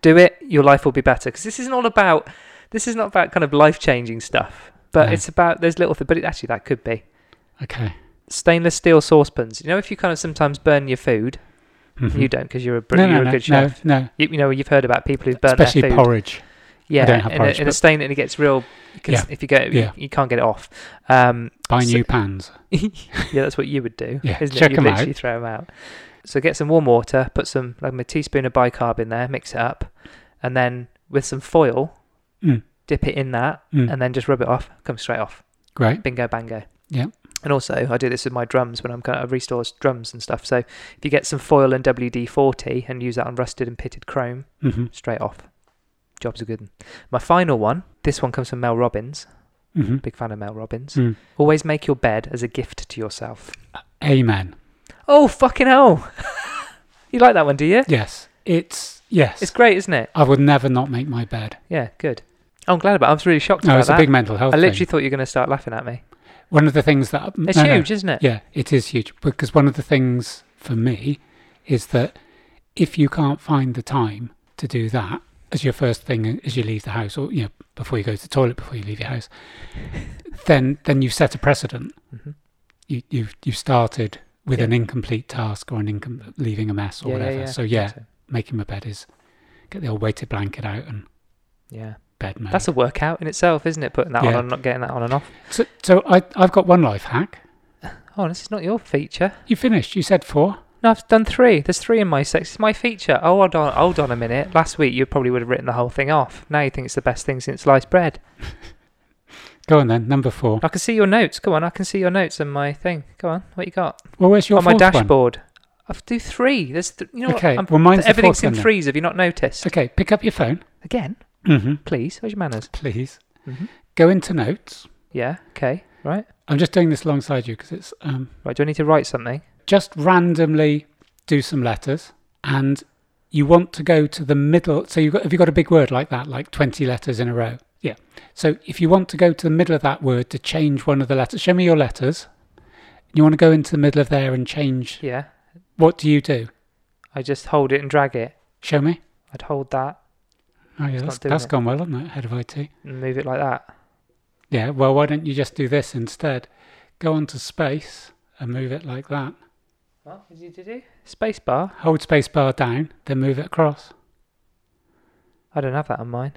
Do it, your life will be better. Because this isn't all about this is not about kind of life changing stuff. But No. it's about those little things. But it, actually, that could be Okay. stainless steel saucepans. You know, if you kind of sometimes burn your food, you don't because you're a br- Mm-hmm. Hmm. no, you're no, a no, good no, chef. no. You, you know, you've heard about people who've burnt Especially their food. porridge. Yeah, don't have in, porridge, a, in a but- stain, and it gets real. Cause Yeah, if you get, yeah. you, you can't get it off. Um, Buy So- new pans. yeah, that's what you would do, Yeah, isn't check it? You 'em literally out. throw them out. So get some warm water, put some like a teaspoon of bicarb in there, mix it up, and then with some foil, Mm. dip it in that, Mm. and then just rub it off. Comes straight off. Great. Bingo bango. Yeah. And also, I do this with my drums when I'm kind of I restore drums and stuff. So if you get some foil and WD-40 and use that on rusted and pitted chrome, hmm straight off. Job's a good one. My final one. This one comes from Mel Robbins. hmm Big fan of Mel Robbins. Mm. Always make your bed as a gift to yourself. Amen. Oh fucking hell! you like that one, do you? Yes. It's, yes. It's great, isn't it? I would never not make my bed. Yeah, good. Oh, I'm glad about. It. I was really shocked No, about it's that. a big mental health I literally thing. thought you were going to start laughing at me. One of the things that... It's no, no. huge, isn't it? Yeah, it is huge because one of the things for me is that if you can't find the time to do that as your first thing as you leave the house or you know before you go to the toilet before you leave your house, then then you set a precedent. Mhm. You you you started with Yeah. an incomplete task or an incom- leaving a mess or Yeah, yeah, whatever. yeah. So yeah, So, making my bed is get the old weighted blanket out and yeah. bed made. That's a workout in itself, isn't it? Putting that on Yeah. and not getting that on and off. so so I I've got one life hack. Oh, this is not your feature. You finished. You said four. No, I've done three. There's three in my sex. It's my feature. Oh, hold on, hold on a minute. Last week you probably would have written the whole thing off. Now you think it's the best thing since sliced bread. Go on then, number four. I can see your notes. Go on, I can see your notes and my thing. Go on, what you got? Well, where's your on my fourth one? dashboard. I have to do three. There's, th- you know, Okay, what? I'm- well, mine's the everything's fourth in one then. threes. Have you not noticed? Okay, pick up your phone. Again, Mm-hmm. please. Where's your manners? Please. Mhm. Go into notes. Yeah. Okay. Right. I'm just doing this alongside you because it's um, Right. Do I need to write something? just randomly do some letters and you want to go to the middle. So you've got, have you got a big word like that, like 20 letters in a row? Yeah. So if you want to go to the middle of that word to change one of the letters, show me your letters. You want to go into the middle of there and change. Yeah. What do you do? I just hold it and drag it. Show me. I'd hold that Oh, yeah, that's, not doing that's it. gone well, hasn't it? Head of IT. and move it like that. Yeah, well, why don't you just do this instead? Go on to space and move it like that. What did you do? Space bar. Hold space bar down, then move it across. I don't have that on mine.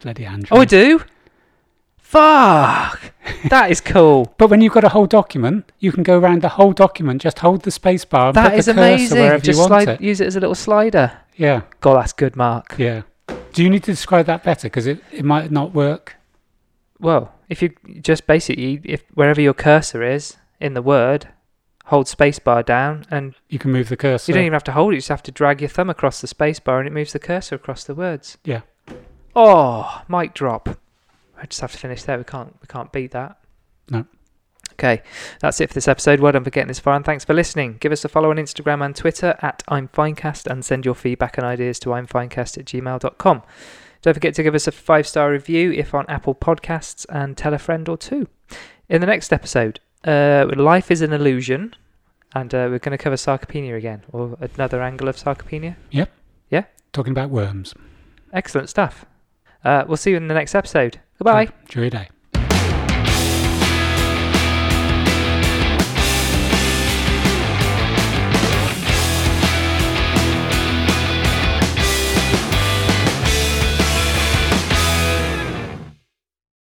Bloody Andrew. Oh, I do. Fuck. That is cool. But when you've got a whole document, you can go around the whole document, just hold the space bar and That put is the cursor amazing. wherever Just you want slide. it. Use it as a little slider. Yeah, God, that's good, Mark. yeah. Do you need to describe that better? Because it, it might not work. Well, if you just basically, if wherever your cursor is in the word, hold spacebar down, and You can move the cursor. you don't even have to hold it. You just have to drag your thumb across the spacebar, and it moves the cursor across the words. Yeah. Oh, mic drop. I just have to finish there. We can't, we can't beat that. No. Okay, that's it for this episode. Well done for getting this far, and thanks for listening. Give us a follow on Instagram and Twitter at I'm Finecast, and send your feedback and ideas to imfinecast at gmail.com. Don't forget to give us a five star review if on Apple Podcasts, and tell a friend or two. In the next episode, uh, life is an illusion, and uh, we're going to cover sarcopenia again, or another angle of sarcopenia. Talking about worms. Excellent stuff. Uh, we'll see you in the next episode. Goodbye. Enjoy your day.